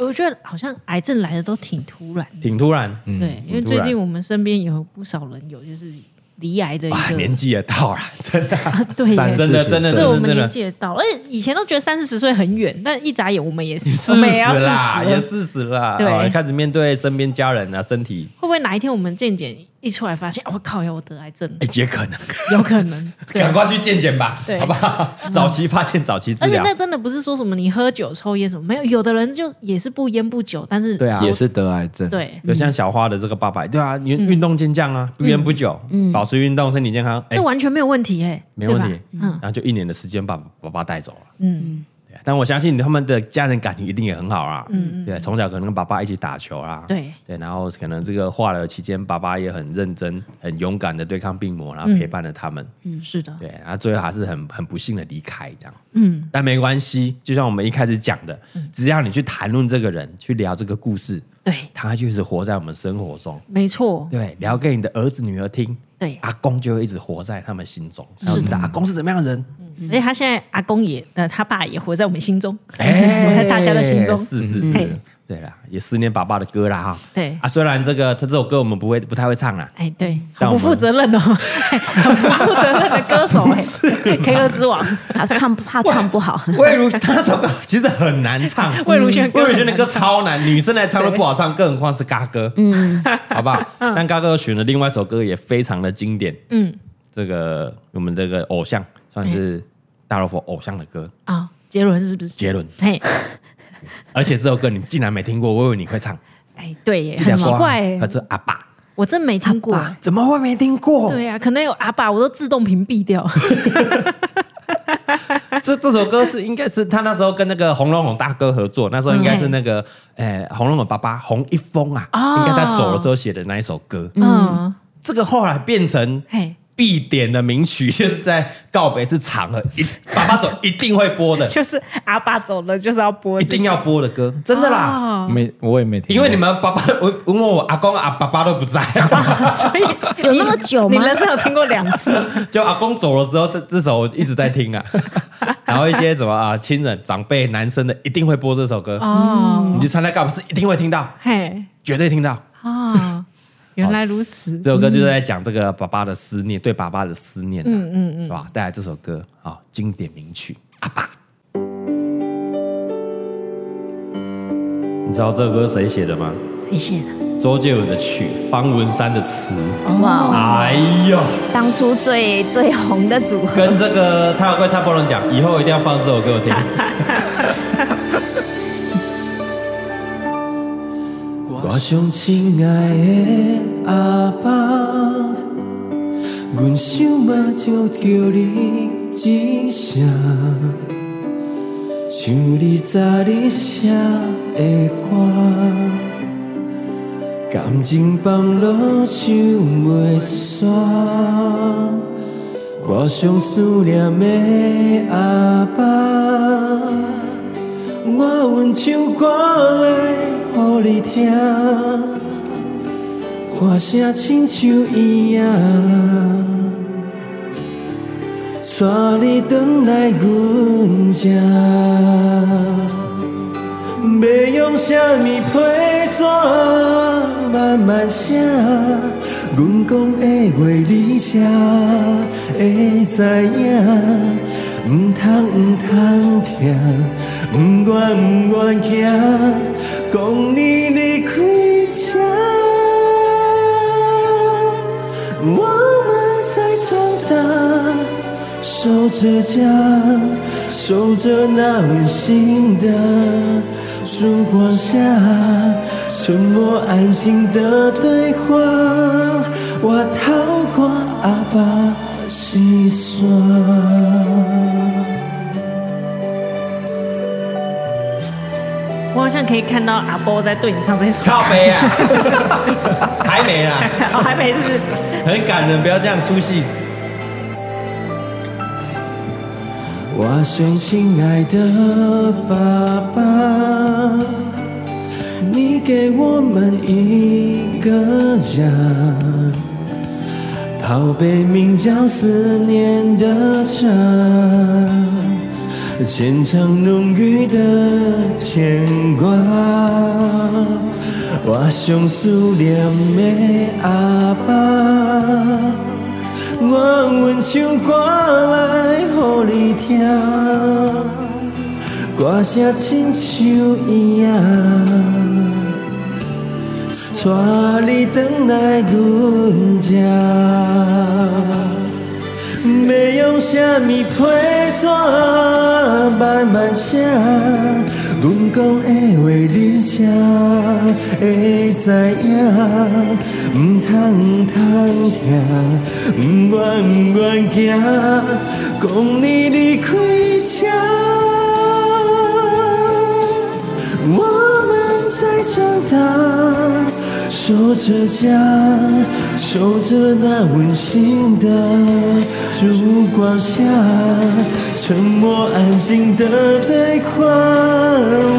B: 我我觉得好像癌症来的都挺突然的，
A: 挺突然。嗯，
B: 对，因为
A: 挺突
B: 最
A: 然
B: 近我们身边有不少人有就是离癌的一
A: 啊，
B: 个
A: 年纪也到了， 真的，
B: 对耶，
D: 三
A: 真的，
D: 40
A: 真的，
B: 是
A: 真
B: 我
A: 的
B: 们
A: 真
B: 年
A: 的。
B: 纪也到了，而且以前都觉得三四十岁很远，但一眨眼我们也是，
A: 四
B: 我
A: 十
B: 们也要四
A: 啦，
B: 十
A: 也
B: 了。
A: 四十啦，
B: 对
A: 哦开始面对身边家人啊，身体
B: 会不会哪一天我们健检一出来发现，啊我、靠呀，我得癌症 了，
A: 哎也可能，
B: 有可 能。对，啊
A: 赶快去健检吧，
B: 对嗯
A: 好不好？早期发现，早期治
B: 而且
A: 疗
B: 那，真的不是说什么你喝酒抽烟什么，没有，有的人就也是不烟不酒，但是
A: 对啊
D: 也是得癌症。
B: 对，
A: 有像小花的这个爸爸，对啊，运运动健将
B: 嗯
A: 啊，不烟不酒，保持运动，身体健康，哎
B: 这，完全没有问题哎、
A: 没问题
B: 对吧。嗯
A: 然后就一年的时间把爸爸带走了。
B: 嗯，
A: 对啊但我相信他们的家人感情一定也很好啦。嗯对，从小可能跟爸爸一起打球啦。
B: 对
A: 对，然后可能这个化疗期间，爸爸也很认真、很勇敢的对抗病魔，然后陪伴了他们。
B: 嗯，是的，
A: 对，然后最后还是很很不幸的离开这样。嗯，但没关系，就像我们一开始讲的，
B: 嗯
A: 只要你去谈论这个人，去聊这个故事，
B: 对，
A: 他就是活在我们生活中。
B: 没错，
A: 对，聊给你的儿子女儿听，
B: 对。
A: 阿公就会一直活在他们心中。是的，阿公是怎么样的人？
B: 而哎且他现在阿公也，呃，他爸也活在我们心中，
A: 哎
B: 活在大家的心中。哎
A: 是是是
B: 嘿，
A: 对啦，也思念爸爸的歌啦哈。
B: 对
A: 啊，虽然这个他这首歌我们不会不太会唱 啦，
B: 哎，对，
A: 但
B: 很
A: 嗯我
B: 不
A: 们
B: 负责任哦，很不负责任的歌手 哎，K 歌之王，
C: 他唱怕唱不 好，
A: 魏如他那首歌其实很难唱，
B: 魏如萱的歌
A: 魏如萱
B: 很
A: 的
B: 难
A: 歌超难，女生来唱都不好唱，更何况是嘎哥，嗯， 好不好？但嘎哥选的另外一首歌也非常的经典，嗯，这个我们这个偶像算是大老佛偶像的歌，
B: 啊，杰伦是不是？
A: 杰伦，
B: 嘿，
A: 而且这首歌你竟然没听过，我以为你会唱，
B: 哎，对耶，
A: 这条
B: 很奇
G: 啊
A: 歌
B: 怪耶
A: 它，是阿爸，
B: 我真没听过。
C: 阿
D: 怎么会没听过？
B: 对啊，可能有阿爸，我都自动屏蔽掉。
G: 这这首歌是应该是他那时候跟那个洪龙勇大哥合作，那时候应该是那个诶、洪龙勇爸爸洪一峰啊，
B: 哦
G: 应该他走了之后写的那一首歌。
B: 嗯，
G: 这个后来变成
B: 嘿，
G: 必点的名曲，就是在告别是场合，一爸爸走一定会播 的，
B: 就是阿爸走了就是要播
G: 一
B: 这个，
G: 定要播的歌，真的啦。
B: 哦
A: 没，我也没听过。
G: 因为你们爸爸，我因为我阿公阿爸爸都不 在，
B: 所以
C: 有那么久吗
B: 你人生有听过两次？
G: 就阿公走的时候，这这首我一直在 听啊。然后一些什么啊，亲人、长辈、男生的一定会播这首歌，
B: 哦，
G: 你去参加告别是一定会听到，
B: 嘿，
G: 绝对听到。
B: 哦，原来如此。
G: 这首歌就是在讲这个爸爸的思念，对爸爸的思念、啊，嗯嗯嗯，吧？带来这首歌啊、经典名曲《阿爸》。你知道这首歌谁写的吗？
C: 谁写的？
G: 周杰伦的曲，方文山的词。
C: 哇，
G: 哎呦，
C: 当初最最红的组合，
G: 跟这个蔡小贵、蔡伯伦讲，以后一定要放这首歌我听。
A: 我上亲爱的阿爸，阮想目睭叫你一声，像你早日写的歌，感情放落唱袂煞。我上思念的阿爸。我温唱歌来乎你听，歌声亲像伊啊，带你返来阮家，要用什么批纸慢慢写，阮讲的话你才会知影。毋通毋通听，毋愿毋愿行，讲你离开这，我们在长大。守着家，守着那温馨的烛光下，沉默安静的对话，我透过阿爸心酸。
B: 我好像可以看到阿波在对你唱这首歌，
G: 靠背啊， 还没啊啦，
B: 哦，还没是不是？
G: 很感人，不要这样出戏。
A: 我想，亲爱的爸爸，你给我们一个家，泡杯名叫思念的茶，浅尝浓郁的牵挂。我想思念的阿爸。我阮唱歌来乎你听，歌声亲像伊啊，带你返来阮家，要用什么批纸慢慢写，阮讲的话你才会知影，毋通毋通听，毋愿毋愿行，讲你离开这。我们在长大，守着家，守着那温馨的烛光下，沉默安静的对话，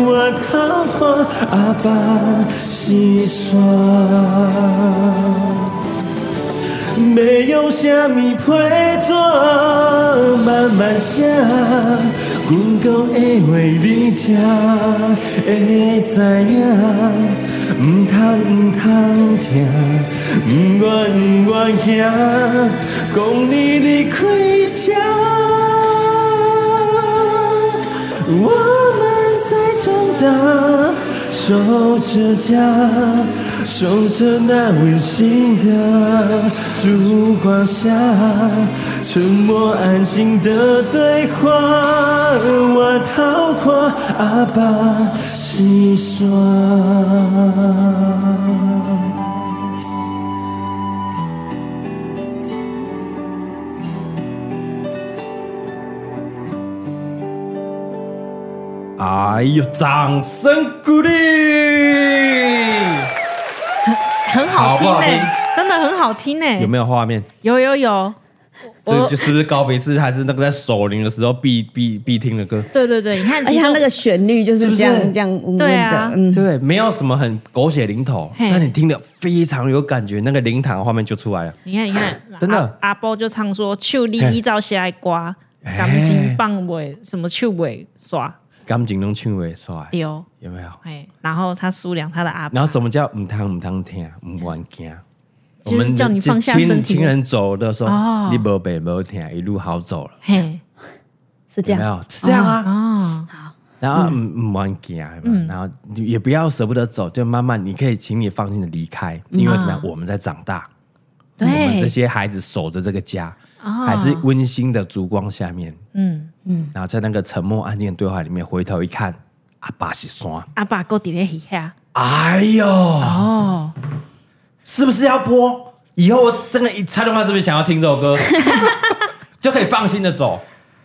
A: 我逃过阿爸心酸。要用什么批纸慢慢写，阮讲的话你才会知影。毋通毋通听，毋愿毋愿行，讲你离开这。我们在长大，守着家，守着那温馨的烛光下，沉默安静的对话，我逃过阿爸心酸。哎呦，掌声鼓励！
B: 很
A: 好
B: 好听
A: 不好
B: 呢、
A: 听
B: 真的很好听呢、
A: 有没有画面？
B: 有有有，我
A: 这就是不是告别式，还是那个在守灵的时候必必必听的歌？
B: 对对哎对，你看
F: 而
B: 其
F: 且它
B: 中
F: 那个旋律就是这样这样稳稳
B: 对啊
F: 的，嗯，
A: 对不对？没有什么很狗血淋头，
B: 嘿
A: 但你听了非常有感觉，那个灵堂的画面就出来了。
B: 你看你看，
A: 真的
B: 阿阿波就唱说“手里依照下来刮，钢筋棒尾什么手尾耍
A: 感情能唱为出来，
B: 丢
A: 有没有？”，
B: 哎，然后他苏良他的阿
A: 然后什么叫唔通唔通听，唔管惊？
B: 就是叫你放下
A: 亲
B: 身体
A: 亲人走的时候，
B: 哦
A: 你无背无听，一路好走了，
B: 嘿
F: 是这
A: 有没
F: 样。
A: 有？是这样啊。
B: 哦，嗯
A: 然后嗯唔唔管惊，有没有然后你也不要舍不得走，就慢慢你可以请你放心的离开，
B: 嗯
A: 因为怎么
B: 哦
A: 样，我们在长大，我们这
B: 对，
A: 些孩子守着这个家，
D: 哦
A: 还是温馨的烛光下面，
B: 嗯，
A: 然后在那个沉默安静的对话里面，回头一看，阿爸是山，
B: 阿爸够底咧底下
A: 哎呦，
B: 哦，
A: 是不是要播？以后我真的一猜的话，是不是想要听这首 歌，就可以放心的走？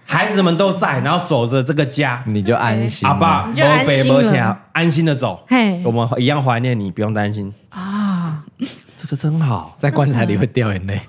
A: 孩子们都在，然后守着这个家。
D: 你就安心
A: 阿
D: 了。，
A: 爸，
B: 你就安心了
A: 没北没天，安心的走。
B: 嘿
A: 我们一样怀念你，不用担心啊。这个真好
D: 在棺材里会掉眼泪，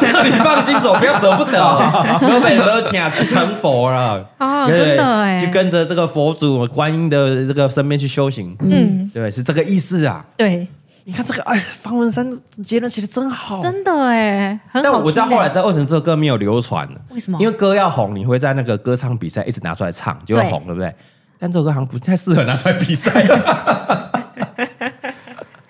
A: 只 要你放心走，不要舍不得，没北没天去成佛了。
B: 哦
A: 对
B: 真的哎
A: 去跟着这个佛祖、观音的这个身边去修行。嗯，对，是这个意思啊。
B: 对，
A: 你看这个，哎，方文山结论写的真好，
B: 真的哎，很
A: 但
B: 好。
A: 我知道后来，知道为什么这首歌没有流传了，
B: 为什么
A: 因为歌要红，你会在那个歌唱比赛一直拿出来唱，就会
C: 对
A: 红，对不对？但这首歌好像不太适合拿出来比赛，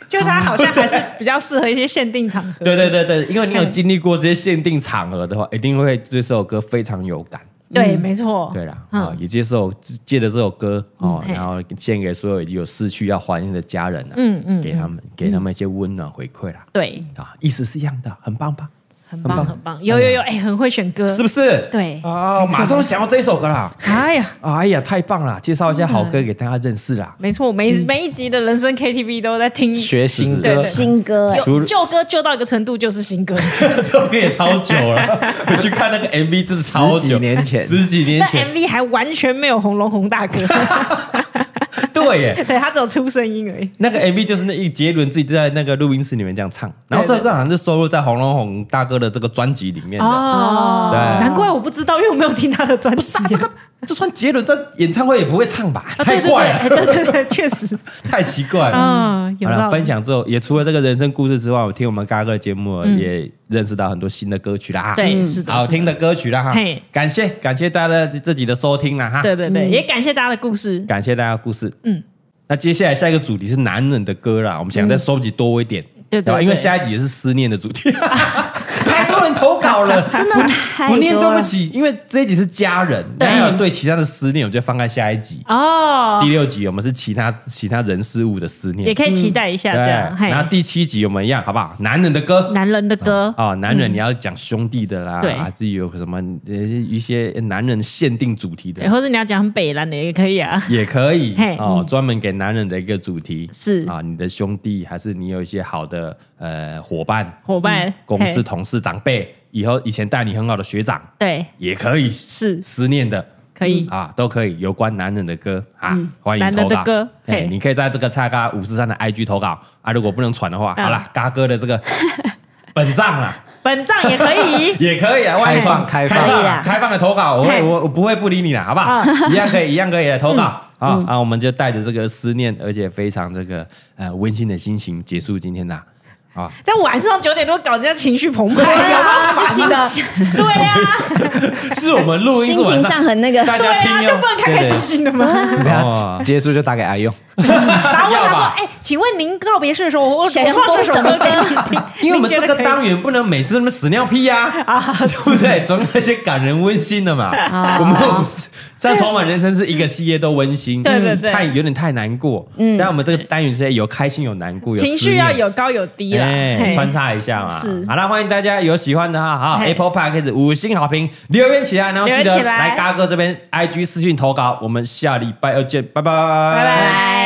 B: 就他好像还是比较适合一些限定场合。
A: 对对对对，因为你有经历过这些限定场合的话，一定会对这首歌非常有感。
B: 对，没
D: 哦
A: 嗯
B: 错，
A: 对啦，
D: 嗯
A: 啊、也接受借着这首歌哦，然后献给所有已经有逝去要怀念的家人啊，嗯嗯，给他们给他们一些温暖回馈啦，
B: 对，
D: 嗯
A: 啊，意思是一样的，很棒吧？
B: 很棒很棒，有有有，哎，很会选歌，
A: 是不是？
B: 对
A: 啊，马上想要这一首歌啦。
B: 哎呀，
A: 哎呀，太棒了！介绍一下好歌给大家认识啦。
B: 没错，每
A: 嗯
B: 一每一集的人生 KTV 都在听
D: 嗯学新歌
B: 对对
F: 新歌哎，
A: 除
B: 有
A: 了
B: 旧歌旧到一个程度就是新歌，
A: 这首歌也超久 了，我去看那个 MV 真是超
D: 十
A: 久，
D: 几年前
A: 十几年
B: 但
A: 前，
B: MV 还完全没有红龙红大哥，
A: 对耶。
B: 对他只有出声音而已。
A: 那个 MV 就是那一杰伦自己就在那个录音室里面这样唱，然后这首歌好像是收录在黄龙红大哥的这个专辑里面的。
B: 哦，
A: 对
B: 难怪我不知道，因为我没有听他的专辑。
A: 这个就算杰伦在演唱会也不会唱吧？
B: 啊
A: 太怪
B: 对
A: 了，
B: 对对哎对对对，确实，
A: 太奇怪了。
B: 嗯，有
A: 好
B: 道
A: 了，
B: 理
A: 分享之后也除了这个人生故事之外，我听我们嘎哥的节目也认识到很多新的歌曲啦。
B: 嗯
F: 嗯
B: 对，是的，
A: 好
B: 是的
A: 听的歌曲啦哈
B: 嘿，
A: 感谢感谢大家自己的收听啦哈，
B: 对对
F: 嗯
B: 对，也感谢大家的故事。
A: 感谢大家的故事，
B: 嗯。
A: 那接下来下一个主题是男人的歌啦，我们想再收集多一点，
B: 对对
A: 吧
B: 对
A: 因为下一集也是思念的主 题，太多人投稿了，真的
F: 太
A: 我念
F: 多
A: 对不
F: 了
A: 起，因为这一集是家人，
B: 对
A: 然后对其他的思念，我们就放在下一集。
B: 哦
A: 第，六集我们是其他其他人事物的思念，
B: 也可以期待一下
A: 嗯对
B: 这样。嘿，
A: 然后第七集我们一样，好不好？男人的歌，
B: 男人的歌，
A: 啊、男人你要讲兄弟的啦，
B: 嗯对
A: 啊，自己有什么呃一些男人限定主题的
B: 对，或是你要讲很北蓝的也可以啊。
A: 也可以
B: 哎嘿嗯
A: 哦，专门给男人的一个主题
B: 是
A: 啊，你的兄弟还是你有一些好的呃伙伴、
B: 伙伴，
A: 嗯公司
B: 嘿
A: 同事、长辈，以后以前带你很好的学长
B: 对，
A: 也可以
B: 是
A: 思念的。
B: 可以。
A: 啊，都可以有关男人的歌啊，欢迎
B: 嗯男
A: 投
B: 人的
A: 稿。
B: 歌
A: 哎
B: 嘿，
A: 你可以在这个蔡嘎五十三的 IG 投稿啊。如果不能传的话，
B: 嗯
A: 好啦，嘎哥的 这个本账啊，。
B: 本账也可以
A: 也可以啊，外放
D: 开
A: 放
D: 放
A: 开
F: 可以
A: 啊
F: 啦
A: 开放的投稿，我会
B: 嘿啊嗯
A: 我我不会不理你啦，好不好？一样可以，一样可以的投稿啊啊！我们就带着这个思念，而且非常这个呃温馨的心情结束今天的啊 啊，
B: 在晚上九点多搞人家情绪澎湃，有
F: 就
B: 没有
F: 心
B: 烦的？对啊，
A: 是我们录音是
F: 心
A: 晚
F: 情
A: 上
F: 上，很那个，
A: 大
B: 对
A: 家听
B: 啊，
A: 哦
B: 就不能开开心心的吗？
D: 你
A: 哦
D: 看结束就打给阿用，
B: 然后问
A: 要
B: 他说
A: 吧：“
B: 哎，请问您告别式的时候， 我我
F: 想要
B: 放这首
F: 播什
B: 歌
F: 么
B: 给你听，
A: 对对对因为我们这个
B: 您觉得可以
A: 单元不能每次那么屎尿屁呀，
B: 啊
A: 对不对？总有一些感人温馨的嘛。我们不是像《充满人生》是一个系列都温馨，嗯
B: 对对对嗯
A: 太有点太难过。但我们这个单元是有开心有难过，有
B: 情
A: 思
B: 绪
A: 念
B: 要有高有低啦。
A: 哎，
B: 嘿
A: 穿插一下嘛。
B: 是
A: 好了，欢迎大家有喜欢的哈，好
B: 嘿
A: Apple Podcast 五星好评留言起来，然后记
B: 留言
A: 得
B: 起来
A: 来嘎哥这边 IG 私讯投稿，我们下礼拜二见，拜拜，拜
B: 拜拜。